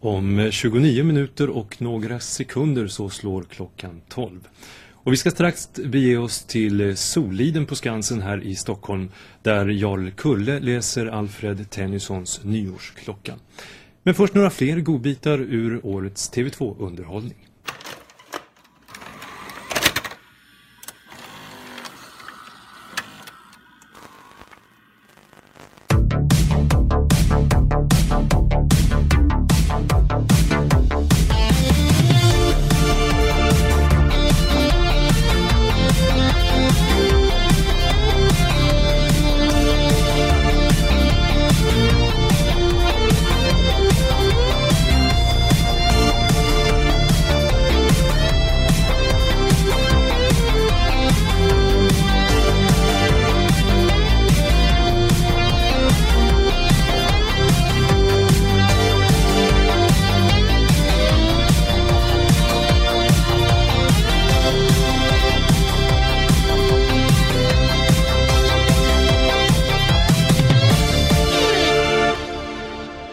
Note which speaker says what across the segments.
Speaker 1: Om 29 minuter och några sekunder så slår klockan 12. Och vi ska strax bege oss till Soliden på Skansen här i Stockholm där Jarl Kulle läser Alfred Tennysons Nyårsklocka. Men först några fler godbitar ur årets TV2-underhållning.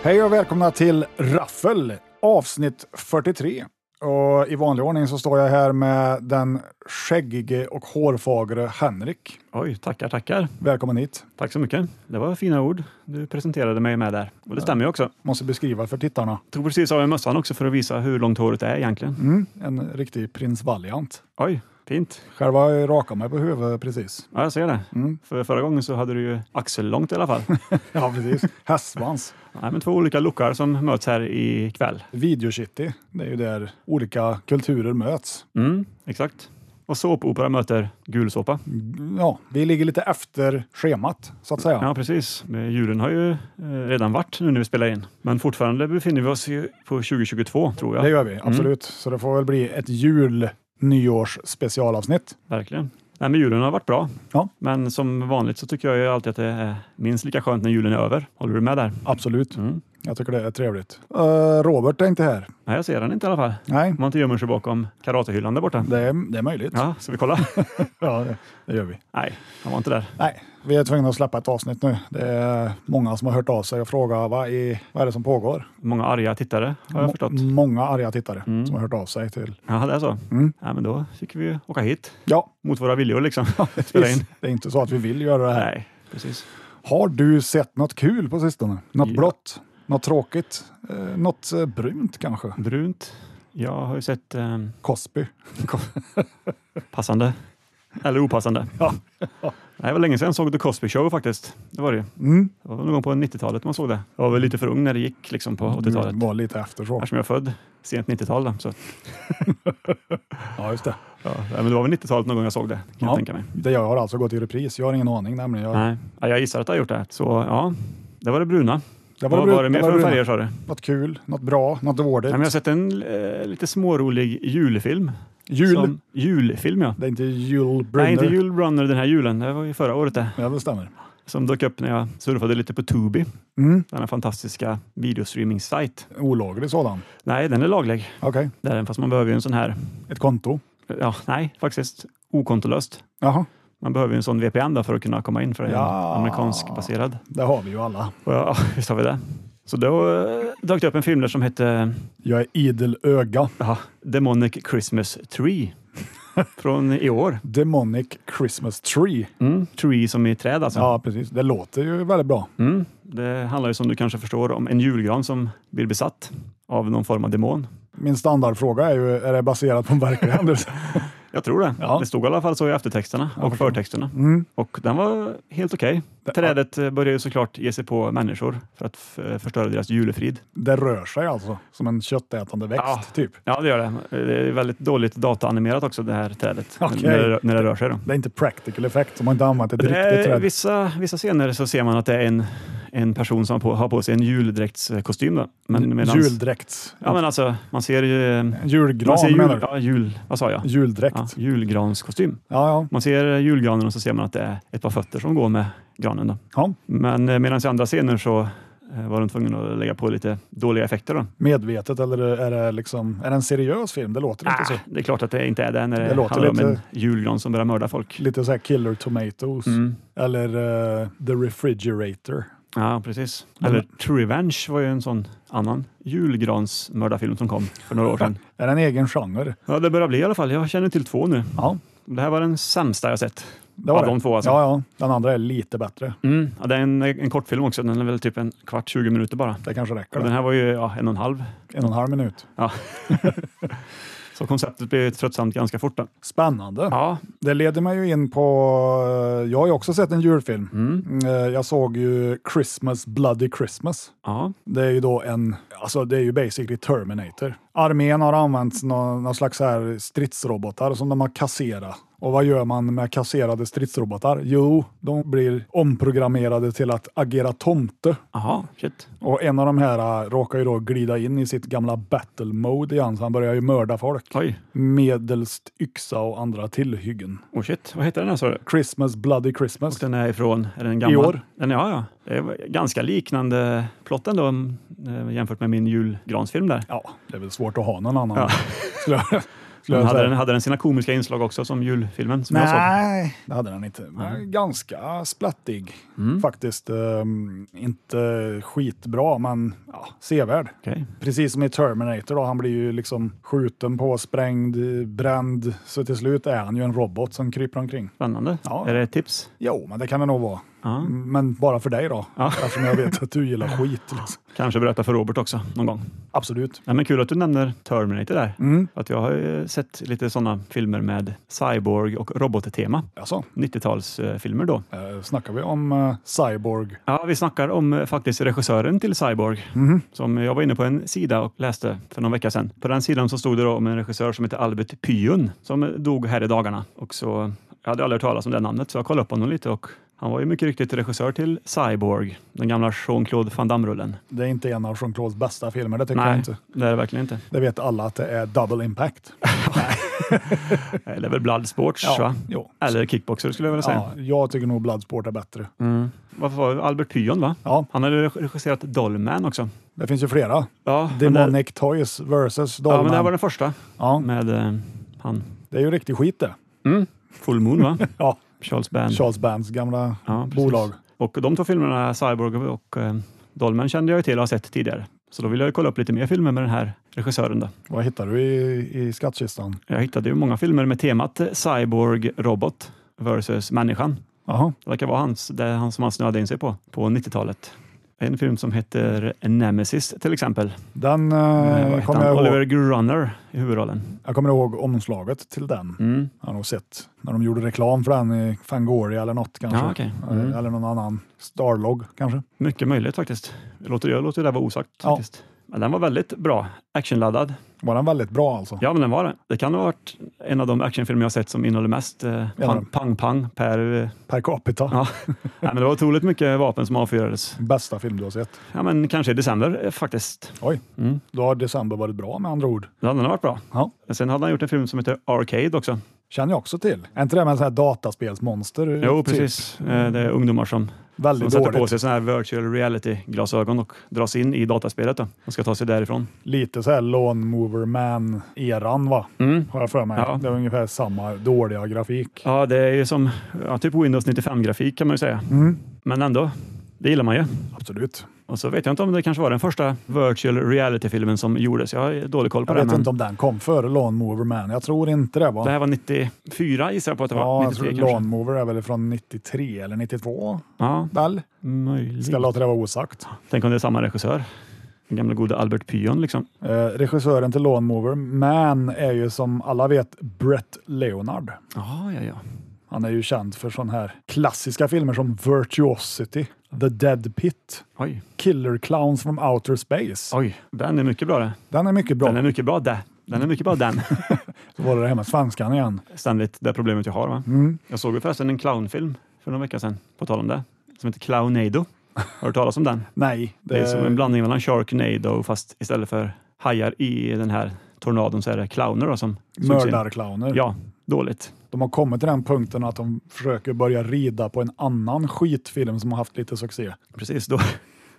Speaker 2: Hej och välkomna till Raffel, avsnitt 43. Och I vanlig ordning så står jag här med den skäggige och hårfagre Henrik.
Speaker 3: Oj, tackar, tackar.
Speaker 2: Välkommen hit.
Speaker 3: Tack så mycket. Det var fina ord du presenterade mig med där. Och det stämmer ju också. Jag
Speaker 2: Måste beskriva för tittarna.
Speaker 3: tog precis av mig mössan också för att visa hur långt håret är egentligen.
Speaker 2: Mm, en riktig prins Valiant.
Speaker 3: Oj, fint.
Speaker 2: Själv har jag ju rakat mig på huvudet precis.
Speaker 3: Ja, jag ser det. För förra gången så hade du ju axellångt i alla fall.
Speaker 2: Ja, precis. Hästsvans.
Speaker 3: Nej, men två olika lookar som möts här ikväll.
Speaker 2: Videocity. Det är ju där olika kulturer möts.
Speaker 3: Mm, exakt. Och såpopera möter gulsåpa.
Speaker 2: Ja, vi ligger lite efter schemat så att säga.
Speaker 3: Ja, precis. Men Julen har ju eh, redan varit nu när vi spelar in. Men fortfarande befinner vi oss ju på 2022, tror jag.
Speaker 2: Det gör vi, absolut. Så det får väl bli ett jul nyårs specialavsnitt.
Speaker 3: Verkligen. Nej, men julen har varit bra.
Speaker 2: Ja.
Speaker 3: Men som vanligt så tycker jag ju alltid att det är minst lika skönt när julen är över. Håller du med där?
Speaker 2: Absolut.
Speaker 3: Mm.
Speaker 2: Jag tycker det är trevligt. Eh, Robert är inte här.
Speaker 3: Nej, jag ser den inte i alla fall.
Speaker 2: Nej,
Speaker 3: Om man inte gömmer sig bakom karatehyllan där borta.
Speaker 2: det är, det är möjligt. Ja.
Speaker 3: Ja, ska vi kolla?
Speaker 2: det, det gör vi.
Speaker 3: Nej, han var inte där.
Speaker 2: Nej, vi är tvungna att släppa ett avsnitt nu. Det är många som har hört av sig och frågat vad, i, vad är det som pågår?
Speaker 3: Många arga tittare har
Speaker 2: Mm.
Speaker 3: jag förstått.
Speaker 2: Må- Många arga tittare som har hört av sig till.
Speaker 3: Ja, det är så.
Speaker 2: Mm.
Speaker 3: Ja, men då fick vi ju åka hit
Speaker 2: Ja,
Speaker 3: mot våra viljor liksom. Spela in.
Speaker 2: precis. det är inte så att vi vill göra det här.
Speaker 3: Nej, precis.
Speaker 2: Har du sett något kul på sistone? Något
Speaker 3: Ja.
Speaker 2: blått? Något tråkigt? Eh, något eh, brunt kanske?
Speaker 3: Brunt. Jag har ju sett eh,
Speaker 2: Cosby?
Speaker 3: passande eller opassande.
Speaker 2: Ja.
Speaker 3: Nej, det var länge sedan jag såg The Cosby Show faktiskt. Det var det ju.
Speaker 2: Mm.
Speaker 3: Det var väl någon gång på 90-talet man såg det. Jag var väl lite för ung när det gick liksom
Speaker 2: Mm.
Speaker 3: på 80-talet.
Speaker 2: Du var lite efter så.
Speaker 3: Eftersom jag är född sent 90-tal. då, Så,
Speaker 2: Ja, just det.
Speaker 3: ja, nej, men det var väl 90-talet någon gång jag såg det, kan
Speaker 2: Ja.
Speaker 3: jag tänka mig.
Speaker 2: Det jag har alltså gått i repris. Jag har ingen aning nämligen. Jag,
Speaker 3: Nej. Ja, jag gissar att jag har gjort det. Så ja, det var det bruna.
Speaker 2: det
Speaker 3: Vad
Speaker 2: brun-
Speaker 3: var det mer
Speaker 2: det var
Speaker 3: för
Speaker 2: bruna.
Speaker 3: färger sa du? Nej,
Speaker 2: Något kul, något bra, något dåligt.
Speaker 3: men jag har sett en eh, lite smårolig julfilm.
Speaker 2: Jul.
Speaker 3: Som, julfilm ja.
Speaker 2: Det är inte Jule Brynner.
Speaker 3: Nej, inte julbrunner den här julen. Det var ju förra året det.
Speaker 2: Ja, det stämmer.
Speaker 3: Som dök upp när jag surfade lite på Tubi.
Speaker 2: Mm.
Speaker 3: Denna fantastiska videostreaming-sajt.
Speaker 2: Olaglig sådan.
Speaker 3: Nej, den är laglig.
Speaker 2: Okej,
Speaker 3: Det är den, fast man behöver ju en sån här.
Speaker 2: ett konto.
Speaker 3: Ja, nej, faktiskt okontolöst.
Speaker 2: Jaha,
Speaker 3: Man behöver ju en sån VPN då för att kunna komma in för det är
Speaker 2: Ja.
Speaker 3: amerikansk baserad.
Speaker 2: det har vi ju alla.
Speaker 3: Och ja, visst har vi det. Så då eh, dök det upp en film där som hette
Speaker 2: Jag är idel öga.
Speaker 3: ja, Demonic Christmas Tree från i år.
Speaker 2: Demonic Christmas Tree.
Speaker 3: Mm, tree som i träd alltså.
Speaker 2: Ja, precis. Det låter ju väldigt bra.
Speaker 3: Mm, det handlar ju som du kanske förstår om en julgran som blir besatt av någon form av demon.
Speaker 2: Min standardfråga är ju, är det baserat på en verklig händelse?
Speaker 3: Jag tror det.
Speaker 2: Ja.
Speaker 3: Det stod i alla fall så i eftertexterna och förtexterna.
Speaker 2: Mm.
Speaker 3: Och den var helt okej. Trädet eh, börjar ju såklart ge sig på människor för att f- förstöra deras julefrid.
Speaker 2: Det rör sig alltså som en köttätande växt,
Speaker 3: Ja.
Speaker 2: typ.
Speaker 3: Ja, det gör det. Det är väldigt dåligt dataanimerat också, det här trädet,
Speaker 2: Okej.
Speaker 3: när, det, när det rör sig. Då.
Speaker 2: Det är inte practical effect, som man inte använt ett
Speaker 3: Det
Speaker 2: riktigt
Speaker 3: är,
Speaker 2: träd.
Speaker 3: vissa, vissa scener så ser man att det är en, en person som har på, har på sig en juldräktskostym. Då. Men, medans,
Speaker 2: Mm, Juldräkt.
Speaker 3: Ja, men alltså, man ser ju... Man
Speaker 2: Julgran
Speaker 3: ser
Speaker 2: menar
Speaker 3: jul,
Speaker 2: du?
Speaker 3: ja, jul, vad sa jag?
Speaker 2: Juldräkt.
Speaker 3: Ja, julgranskostym.
Speaker 2: Ja, ja.
Speaker 3: Man ser julgranen och så ser man att det är ett par fötter som går med granen. Då.
Speaker 2: ja.
Speaker 3: Men eh, medan i andra scener så eh, var de tvungna att lägga på lite dåliga effekter. Då.
Speaker 2: Medvetet eller är det, liksom, är det en seriös film? Det låter inte så.
Speaker 3: Ah, det är klart att det inte är det när det,
Speaker 2: Det låter
Speaker 3: handlar om en
Speaker 2: lite-
Speaker 3: julgran som börjar mörda folk.
Speaker 2: Lite så här Killer Tomatoes
Speaker 3: Mm.
Speaker 2: eller eh, The Refrigerator.
Speaker 3: Ja, precis.
Speaker 2: Men-
Speaker 3: Eller True Revenge var ju en sån annan julgransmördarfilm som kom för några år sedan.
Speaker 2: Är det en egen genre?
Speaker 3: Ja, det börjar bli i alla fall. Jag känner till två nu.
Speaker 2: Ja,
Speaker 3: Det här var den sämsta jag sett.
Speaker 2: det var
Speaker 3: Av
Speaker 2: det.
Speaker 3: de två alltså.
Speaker 2: Ja, ja, den andra är lite bättre.
Speaker 3: Mm. Ja, det är en, en kortfilm också. Den är väl typ en kvart, 20 minuter bara.
Speaker 2: Det kanske räcker.
Speaker 3: Och den
Speaker 2: Det.
Speaker 3: här var ju ja, en och en halv.
Speaker 2: En och en halv minut.
Speaker 3: Så konceptet blev tröttsamt ganska fort. Då.
Speaker 2: Spännande.
Speaker 3: Ja,
Speaker 2: Det leder mig ju in på, eh, jag har ju också sett en julfilm.
Speaker 3: mm.
Speaker 2: Mm, eh, Jag såg ju Christmas Bloody Christmas.
Speaker 3: ja.
Speaker 2: Det är ju då en, alltså det är ju basically Terminator. Armén har använt någon, någon slags så här stridsrobotar som de har kasserat. Och vad gör man med kasserade stridsrobotar? Jo, de blir omprogrammerade till att agera tomte.
Speaker 3: Aha, shit.
Speaker 2: Och en av de här äh, råkar ju då glida in i sitt gamla battle mode igen, så han börjar ju mörda folk
Speaker 3: Oj.
Speaker 2: medelst yxa och andra tillhyggen.
Speaker 3: Oh shit, vad heter den här sa du?
Speaker 2: Christmas Bloody Christmas.
Speaker 3: Och den är ifrån, är den gammal?
Speaker 2: I år.
Speaker 3: Den, ja, ja. Det är ganska liknande plott ändå eh, jämfört med min julgransfilm där.
Speaker 2: Ja, det är väl svårt att ha någon annan.
Speaker 3: Ja.
Speaker 2: Skulle jag, skulle
Speaker 3: Den
Speaker 2: jag
Speaker 3: hade,
Speaker 2: säga.
Speaker 3: den, hade den sina komiska inslag också som julfilmen som jag såg?
Speaker 2: Nej, det hade den inte. Men Ganska splattig
Speaker 3: Mm.
Speaker 2: faktiskt. Ehm, inte skitbra, men ja, sevärd.
Speaker 3: Okej.
Speaker 2: Precis som i Terminator, då, han blir ju liksom skjuten på, sprängd, eh, bränd. Så till slut är han ju en robot som kryper omkring.
Speaker 3: Spännande.
Speaker 2: Ja.
Speaker 3: Är det ett tips?
Speaker 2: Jo, men det kan det nog vara.
Speaker 3: Ja.
Speaker 2: Men bara för dig då,
Speaker 3: Ja.
Speaker 2: eftersom jag vet att du gillar skit. Liksom.
Speaker 3: Kanske berätta för Robert också någon gång.
Speaker 2: Absolut.
Speaker 3: Nej, men kul att du nämner Terminator där.
Speaker 2: Mm.
Speaker 3: För Att jag har ju sett lite sådana filmer med cyborg och robottema.
Speaker 2: Alltså,
Speaker 3: 90-talsfilmer då.
Speaker 2: eh, snackar vi om eh, Cyborg?
Speaker 3: Ja, vi snackar om eh, faktiskt regissören till Cyborg.
Speaker 2: Mhm.
Speaker 3: som jag var inne på en sida och läste för någon vecka sedan. På den sidan så stod det då om en regissör som heter Albert Pyun som dog här i dagarna. Och så, jag hade aldrig hört talas om det namnet så jag kollade upp honom lite och han var ju mycket riktigt regissör till Cyborg, den gamla Jean-Claude Van Damme-rullen.
Speaker 2: Det är inte en av Jean-Claudes bästa filmer, det tycker jag
Speaker 3: Nej,
Speaker 2: inte.
Speaker 3: det är det verkligen inte.
Speaker 2: Det vet alla att det är double impact.
Speaker 3: Eller väl Bloodsports, va?
Speaker 2: jo.
Speaker 3: Eller Kickboxer skulle jag vilja säga.
Speaker 2: Ja, jag tycker nog Bloodsport är bättre.
Speaker 3: Mm. Varför var det Albert Pyun, va?
Speaker 2: Ja,
Speaker 3: Han hade regisserat Dollman också.
Speaker 2: det finns ju flera.
Speaker 3: Ja, men det-
Speaker 2: Demonic Toys versus
Speaker 3: Ja, men
Speaker 2: Dollman.
Speaker 3: det
Speaker 2: Ja,
Speaker 3: här var den första med eh, han.
Speaker 2: det är ju riktig skit det.
Speaker 3: Mm. Full Moon, va?
Speaker 2: Ja.
Speaker 3: Charles Band.
Speaker 2: Charles Bands gamla
Speaker 3: Ja, precis.
Speaker 2: bolag.
Speaker 3: Och de två filmerna, Cyborg och eh, Dolmen, kände jag ju till och har sett tidigare. Så då ville jag ju kolla upp lite mer filmer med den här regissören. Då.
Speaker 2: Vad hittar du i, i skattkistan?
Speaker 3: Jag hittade ju många filmer med temat eh, Cyborg, robot versus människan.
Speaker 2: Jaha,
Speaker 3: Det verkar vara hans, det är han som han snöade in sig på, på 90-talet. En film som heter Nemesis till exempel.
Speaker 2: den
Speaker 3: Eh, vad
Speaker 2: eh,
Speaker 3: heter
Speaker 2: kommer
Speaker 3: han?
Speaker 2: jag
Speaker 3: Oliver
Speaker 2: ihåg.
Speaker 3: Grunner i huvudrollen.
Speaker 2: Jag kommer ihåg omslaget till den.
Speaker 3: Mm.
Speaker 2: Jag har nog sett när de gjorde reklam för den i Fangoria eller något kanske.
Speaker 3: Ja, okej.
Speaker 2: Eh,
Speaker 3: mm.
Speaker 2: Eller någon annan. Starlog kanske.
Speaker 3: Mycket möjligt faktiskt. Jag låter, jag låter det där vara osagt.
Speaker 2: Ja.
Speaker 3: faktiskt. Men den var väldigt bra. Actionladdad.
Speaker 2: Var den väldigt bra alltså?
Speaker 3: Ja, men den var det. Det kan ha varit en av de actionfilmer jag sett som innehåller mest eh,
Speaker 2: Ja.
Speaker 3: pang, pang, pang per... Eh,
Speaker 2: Per capita.
Speaker 3: Ja. nej, men det var otroligt mycket vapen som avfyrades.
Speaker 2: Bästa film du har sett.
Speaker 3: Ja, men kanske i december eh, faktiskt.
Speaker 2: Oj.
Speaker 3: Mm.
Speaker 2: Då har december varit bra med andra ord.
Speaker 3: Den hade varit bra.
Speaker 2: Ja. Typ.
Speaker 3: Sen hade han gjort en film som heter Arcade också.
Speaker 2: Känner jag också till. Är inte det med en sån här dataspelsmonster?
Speaker 3: Jo,
Speaker 2: Typ.
Speaker 3: precis. Eh, Det är ungdomar som, som
Speaker 2: Väldigt
Speaker 3: sätter
Speaker 2: dåligt.
Speaker 3: på sig såna här virtual reality-glasögon och dras in i dataspelet. Då. De ska ta sig därifrån.
Speaker 2: Lite så här Lawn Mover Man-eran va?
Speaker 3: Mm.
Speaker 2: Har jag för mig.
Speaker 3: Ja.
Speaker 2: Det var ungefär samma dåliga grafik.
Speaker 3: Ja, det är ju som ja, typ Windows 95-grafik kan man ju säga.
Speaker 2: Mm.
Speaker 3: Men ändå, det gillar man ju.
Speaker 2: Absolut.
Speaker 3: Och så vet jag inte om det kanske var den första virtual reality-filmen som gjordes. Jag har dålig koll på
Speaker 2: Jag
Speaker 3: det.
Speaker 2: vet
Speaker 3: Men
Speaker 2: inte om den kom före Lawn Mover Man. Jag tror inte det va?
Speaker 3: det här var 94 gissar jag på att det var.
Speaker 2: ja, jag
Speaker 3: 93
Speaker 2: tror
Speaker 3: kanske.
Speaker 2: Lawn Mover är väl från 93 eller 92
Speaker 3: Ja,
Speaker 2: väl?
Speaker 3: möjligt.
Speaker 2: Ska jag låta det vara osagt.
Speaker 3: Tänk om det är samma regissör. Den gamla gode Albert Pyon liksom.
Speaker 2: Eh, regissören till Lawn Mover Man är ju som alla vet Brett Leonard.
Speaker 3: Ja, ja, ja.
Speaker 2: Han är ju känd för sådana här klassiska filmer som Virtuosity, The Dead Pit,
Speaker 3: Oj,
Speaker 2: Killer Clowns from Outer Space.
Speaker 3: oj. Den är mycket bra det.
Speaker 2: Den är mycket bra.
Speaker 3: Den är mycket bra det. Den är mycket bra den.
Speaker 2: Så var det det här med svenskan igen.
Speaker 3: Ständigt det problemet jag har. Va?
Speaker 2: Mm.
Speaker 3: Jag såg ju förresten en clownfilm för någon vecka sedan, på tal om det, som heter Clownado. Har du hört talas om den?
Speaker 2: Nej, det,
Speaker 3: Det är som en blandning mellan Sharknado fast istället för hajar i den här tornadon så är det clowner då, som sugs in.
Speaker 2: mördarclowner.
Speaker 3: Ja, dåligt.
Speaker 2: De har kommit till den punkten att de försöker börja rida på en annan skitfilm som har haft lite succé.
Speaker 3: Mm. Precis, då,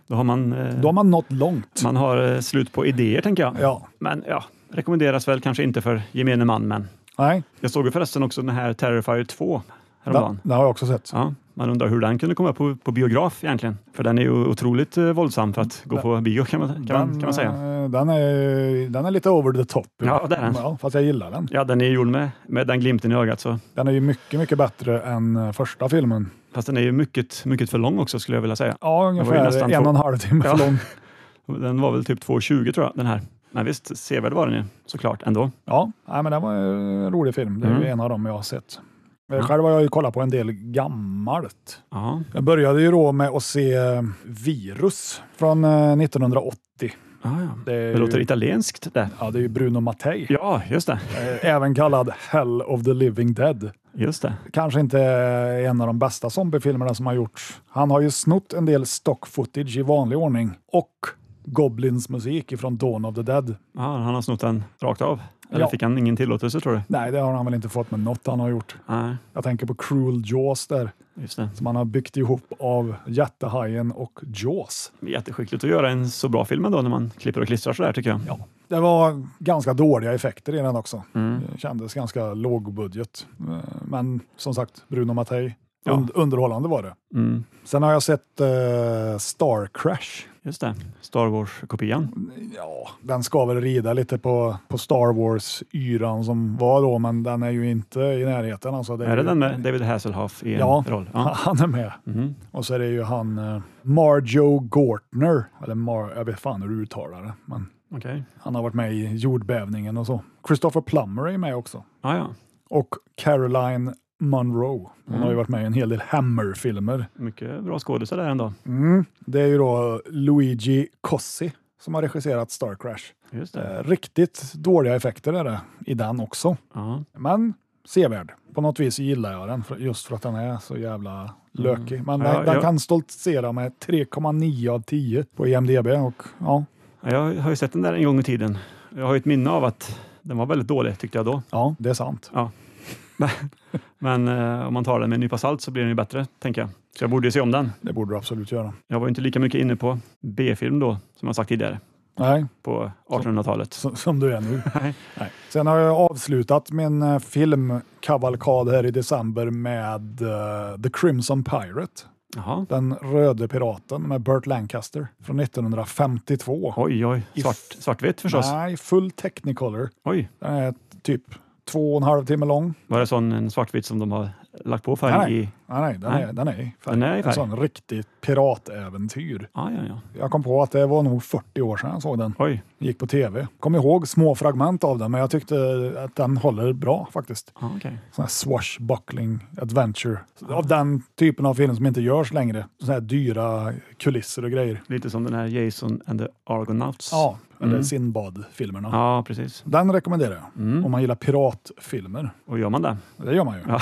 Speaker 3: då har man, eh,
Speaker 2: De har nått långt.
Speaker 3: man har eh, slut på idéer tänker jag.
Speaker 2: Ja,
Speaker 3: Men ja, rekommenderas väl kanske inte för gemene man. Men
Speaker 2: nej,
Speaker 3: jag såg ju förresten också den här Terrifier 2 häromdagen.
Speaker 2: Den har jag också sett.
Speaker 3: Ja, man undrar hur den kunde komma upp på, på biograf egentligen. För den är ju otroligt eh, våldsam för att gå på bio kan man, kan man, kan man säga.
Speaker 2: eh, Den, är, den är lite over the top.
Speaker 3: Ja, det är den.
Speaker 2: Ja, fast jag gillar den.
Speaker 3: Ja, den är gjord med, med den glimten i ögat. Så.
Speaker 2: Den är ju mycket, mycket bättre än eh, första filmen.
Speaker 3: Fast den är ju mycket, mycket för lång också skulle jag vilja säga.
Speaker 2: Ja,
Speaker 3: ju
Speaker 2: ungefär
Speaker 3: nästan
Speaker 2: en och
Speaker 3: två-
Speaker 2: en halv timme
Speaker 3: Ja.
Speaker 2: för lång.
Speaker 3: Den var väl typ 2,20 tror jag, den här. Men visst, sevärd var den ju såklart ändå.
Speaker 2: Ja, nej, men det var en rolig film. Det är ju
Speaker 3: Mm.
Speaker 2: en av dem jag har sett.
Speaker 3: Ja.
Speaker 2: Mm. Själv har jag ju kollat på en del gammalt.
Speaker 3: Ja,
Speaker 2: Jag började ju då med att se eh, Virus från eh, 1980.
Speaker 3: ja, ja.
Speaker 2: Det, är
Speaker 3: Det låter
Speaker 2: ju,
Speaker 3: italienskt det.
Speaker 2: ja, det är ju Bruno Mattei,
Speaker 3: Ja, just det.
Speaker 2: eh, även kallad Hell of the Living Dead.
Speaker 3: Just det.
Speaker 2: Kanske inte eh, en av de bästa zombiefilmerna som har gjorts. Han har ju snott en del stock footage i vanlig ordning och Goblins musik ifrån Dawn of the Dead.
Speaker 3: Ja, han har snott den rakt av. Eller
Speaker 2: Ja.
Speaker 3: fick han ingen tillåtelse tror du?
Speaker 2: Nej, det har han väl inte fått med något han har gjort.
Speaker 3: Nej,
Speaker 2: Jag tänker på Cruel Jaws där.
Speaker 3: just det.
Speaker 2: som han har byggt ihop av Jättehajen och Jaws.
Speaker 3: Jätteskickligt att göra en så bra film ändå när man klipper och klistrar sådär tycker jag.
Speaker 2: Ja. Det var ganska dåliga effekter i den också.
Speaker 3: Mm.
Speaker 2: Det Kändes ganska lågbudget. Eh, Men som sagt, Bruno Mattei.
Speaker 3: Ja.
Speaker 2: Und- underhållande var det.
Speaker 3: Mm.
Speaker 2: Sen har jag sett eh, Star Crash.
Speaker 3: Just det, Star Wars-kopian.
Speaker 2: Ja, den ska väl rida lite på, på Star Wars-yran som var då, men den är ju inte i närheten. Alltså,
Speaker 3: Är det
Speaker 2: ju-
Speaker 3: den med David Hasselhoff i en
Speaker 2: Ja.
Speaker 3: roll?
Speaker 2: Han är med.
Speaker 3: Mhm.
Speaker 2: Och så är det ju han eh, Marjo Gortner, eller Mar- jag vet fan hur du uttalar det, men
Speaker 3: Okej.
Speaker 2: Han har varit med i jordbävningen och så. Christopher Plummer är med också.
Speaker 3: Ja, ja.
Speaker 2: Och Caroline Monroe. Hon har ju varit med i en hel del Hammer-filmer.
Speaker 3: Mycket bra skådisar där ändå.
Speaker 2: Mm. Det är ju då eh, Luigi Cossi som har regisserat Star Crash.
Speaker 3: Just det.
Speaker 2: Eh, riktigt dåliga effekter är det i den också.
Speaker 3: Ja.
Speaker 2: Men sevärd. På något vis gillar jag den för, just för att den är så jävla lökig. Men
Speaker 3: Mm. Ja,
Speaker 2: den, den
Speaker 3: jag-
Speaker 2: kan stoltsera med 3,9 av 10 på E IMDB. Och, ja,
Speaker 3: Ja, Jag har ju sett den där en gång i tiden. Jag har ju ett minne av att den var väldigt dålig tyckte jag då.
Speaker 2: ja, det är sant.
Speaker 3: Men eh, om man tar den med en nypa salt så blir den ju bättre, tänker jag. Så jag borde ju se om den.
Speaker 2: Det borde du absolut göra.
Speaker 3: Jag var ju inte lika mycket inne på B-film då, som jag sagt tidigare,
Speaker 2: Nej,
Speaker 3: på 1800-talet.
Speaker 2: som, som du är nu.
Speaker 3: Nej.
Speaker 2: Nej. Sen har jag avslutat min eh, filmkavalkad här i december med eh, The Crimson Pirate,
Speaker 3: Jaha.
Speaker 2: den röde piraten med Burt Lancaster från 1952.
Speaker 3: Oj, oj. Svart, svartvitt förstås.
Speaker 2: Nej, full Technicolor.
Speaker 3: Oj,
Speaker 2: Den är typ två och en halv timme lång.
Speaker 3: var det sån en svartvitt som de har lagt på färg
Speaker 2: Nej.
Speaker 3: i?
Speaker 2: Nej, Ah, nej, den,
Speaker 3: Nej.
Speaker 2: Är, den är i färg.
Speaker 3: Den är i färg.
Speaker 2: En sån riktigt piratäventyr.
Speaker 3: Ja, ja, ja.
Speaker 2: Jag kom på att det var nog 40 år sedan jag såg den.
Speaker 3: Oj.
Speaker 2: Gick på tv. Kom ihåg små fragment av den, men jag tyckte att den håller bra faktiskt.
Speaker 3: Ja, okej.
Speaker 2: sån här swashbuckling adventure. Av den typen av film som inte görs längre. Såna här dyra kulisser och grejer.
Speaker 3: Lite som den här Jason and the Argonauts.
Speaker 2: Ja, eller
Speaker 3: Mm.
Speaker 2: Sinbad-filmerna.
Speaker 3: Ja, precis.
Speaker 2: Den rekommenderar jag om
Speaker 3: Mm.
Speaker 2: man gillar piratfilmer.
Speaker 3: Och gör man det?
Speaker 2: Det gör man ju.
Speaker 3: Ja.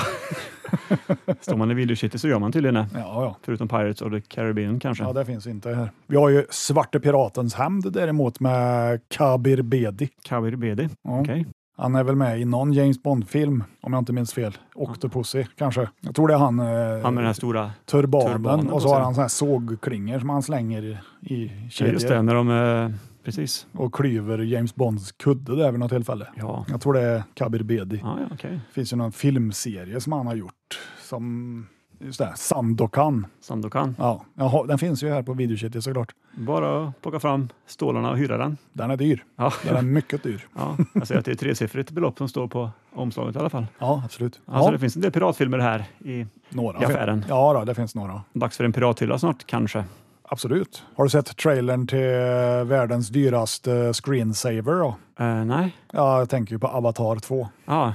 Speaker 3: Står man i Video City så gör man tydligen det.
Speaker 2: Ja, ja.
Speaker 3: Förutom Pirates of the Caribbean kanske.
Speaker 2: ja, det finns inte här. Vi har ju Svarte Piratens hämnd däremot med Kabir Bedi.
Speaker 3: Kavir BD.
Speaker 2: Ja.
Speaker 3: Okej.
Speaker 2: Han är väl med i någon James Bond-film, om jag inte minns fel. Octopussy kanske. Jag tror det är han, eh,
Speaker 3: Han med den här stora...
Speaker 2: turbanen,
Speaker 3: turbanen
Speaker 2: och så
Speaker 3: på
Speaker 2: har
Speaker 3: sig.
Speaker 2: han såna här sågklingor som han slänger i, i
Speaker 3: Ja,
Speaker 2: kedjor.
Speaker 3: just det, när de... eh, Precis.
Speaker 2: och klyver James Bonds kudde där vid något tillfälle.
Speaker 3: Ja,
Speaker 2: Jag tror det är Kabir Bedi.
Speaker 3: ja, ja okej.
Speaker 2: Det finns ju någon filmserie som han har gjort. Som, just det, här, Sandokan.
Speaker 3: Sandokan.
Speaker 2: Ja, jaha, den finns ju här på Videokitty såklart.
Speaker 3: Bara att plocka fram stålarna och hyra den.
Speaker 2: Den är dyr.
Speaker 3: Ja,
Speaker 2: Den är mycket dyr.
Speaker 3: ja. jag ser att det är ett tresiffrigt belopp som står på omslaget i alla fall.
Speaker 2: Ja, absolut.
Speaker 3: Alltså
Speaker 2: ja,
Speaker 3: det finns en del piratfilmer här i...
Speaker 2: några.
Speaker 3: i affären.
Speaker 2: Ja, då, det finns några.
Speaker 3: Dags för en pirathylla snart kanske.
Speaker 2: Absolut. Har du sett trailern till eh, världens dyraste screensaver? Då?
Speaker 3: Eh, nej.
Speaker 2: Ja, jag tänker ju på Avatar 2.
Speaker 3: Ja.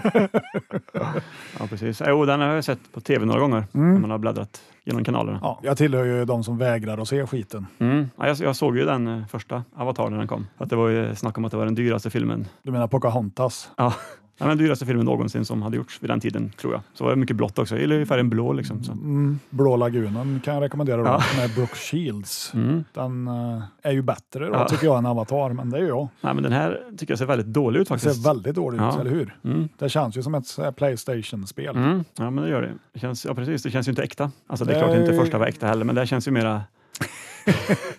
Speaker 3: ja, precis. Jo, den har jag sett på tv några gånger när
Speaker 2: Mm.
Speaker 3: man har bläddrat genom kanalerna.
Speaker 2: Ja, jag tillhör ju de som vägrar att se skiten.
Speaker 3: Mm. Ja, jag, jag såg ju den eh, första Avatar när den kom. För att det var ju snack om att det var den dyraste filmen.
Speaker 2: Du menar Pocahontas?
Speaker 3: Ja. Ja, men dyraste filmen någonsin som hade gjorts vid den tiden, tror jag. Så var det mycket blått också. Jag gillar ju färgen blå liksom. Så.
Speaker 2: Mm, Blå lagunen kan jag rekommendera då,
Speaker 3: Ja.
Speaker 2: med Brooke Shields.
Speaker 3: Mm.
Speaker 2: Den eh, är ju bättre då,
Speaker 3: Ja.
Speaker 2: tycker jag, än Avatar, men det är ju jag.
Speaker 3: Nej, men den här tycker jag ser väldigt dålig ut
Speaker 2: Det ser
Speaker 3: faktiskt.
Speaker 2: väldigt dåligt ut,
Speaker 3: Ja.
Speaker 2: eller hur?
Speaker 3: Mm.
Speaker 2: Det känns ju som ett så här Playstation-spel.
Speaker 3: Mm. Ja, men det gör det. det känns, ja, precis. Det känns ju inte äkta. Alltså, det är klart
Speaker 2: Nej.
Speaker 3: inte första var äkta heller, men det här känns ju mera,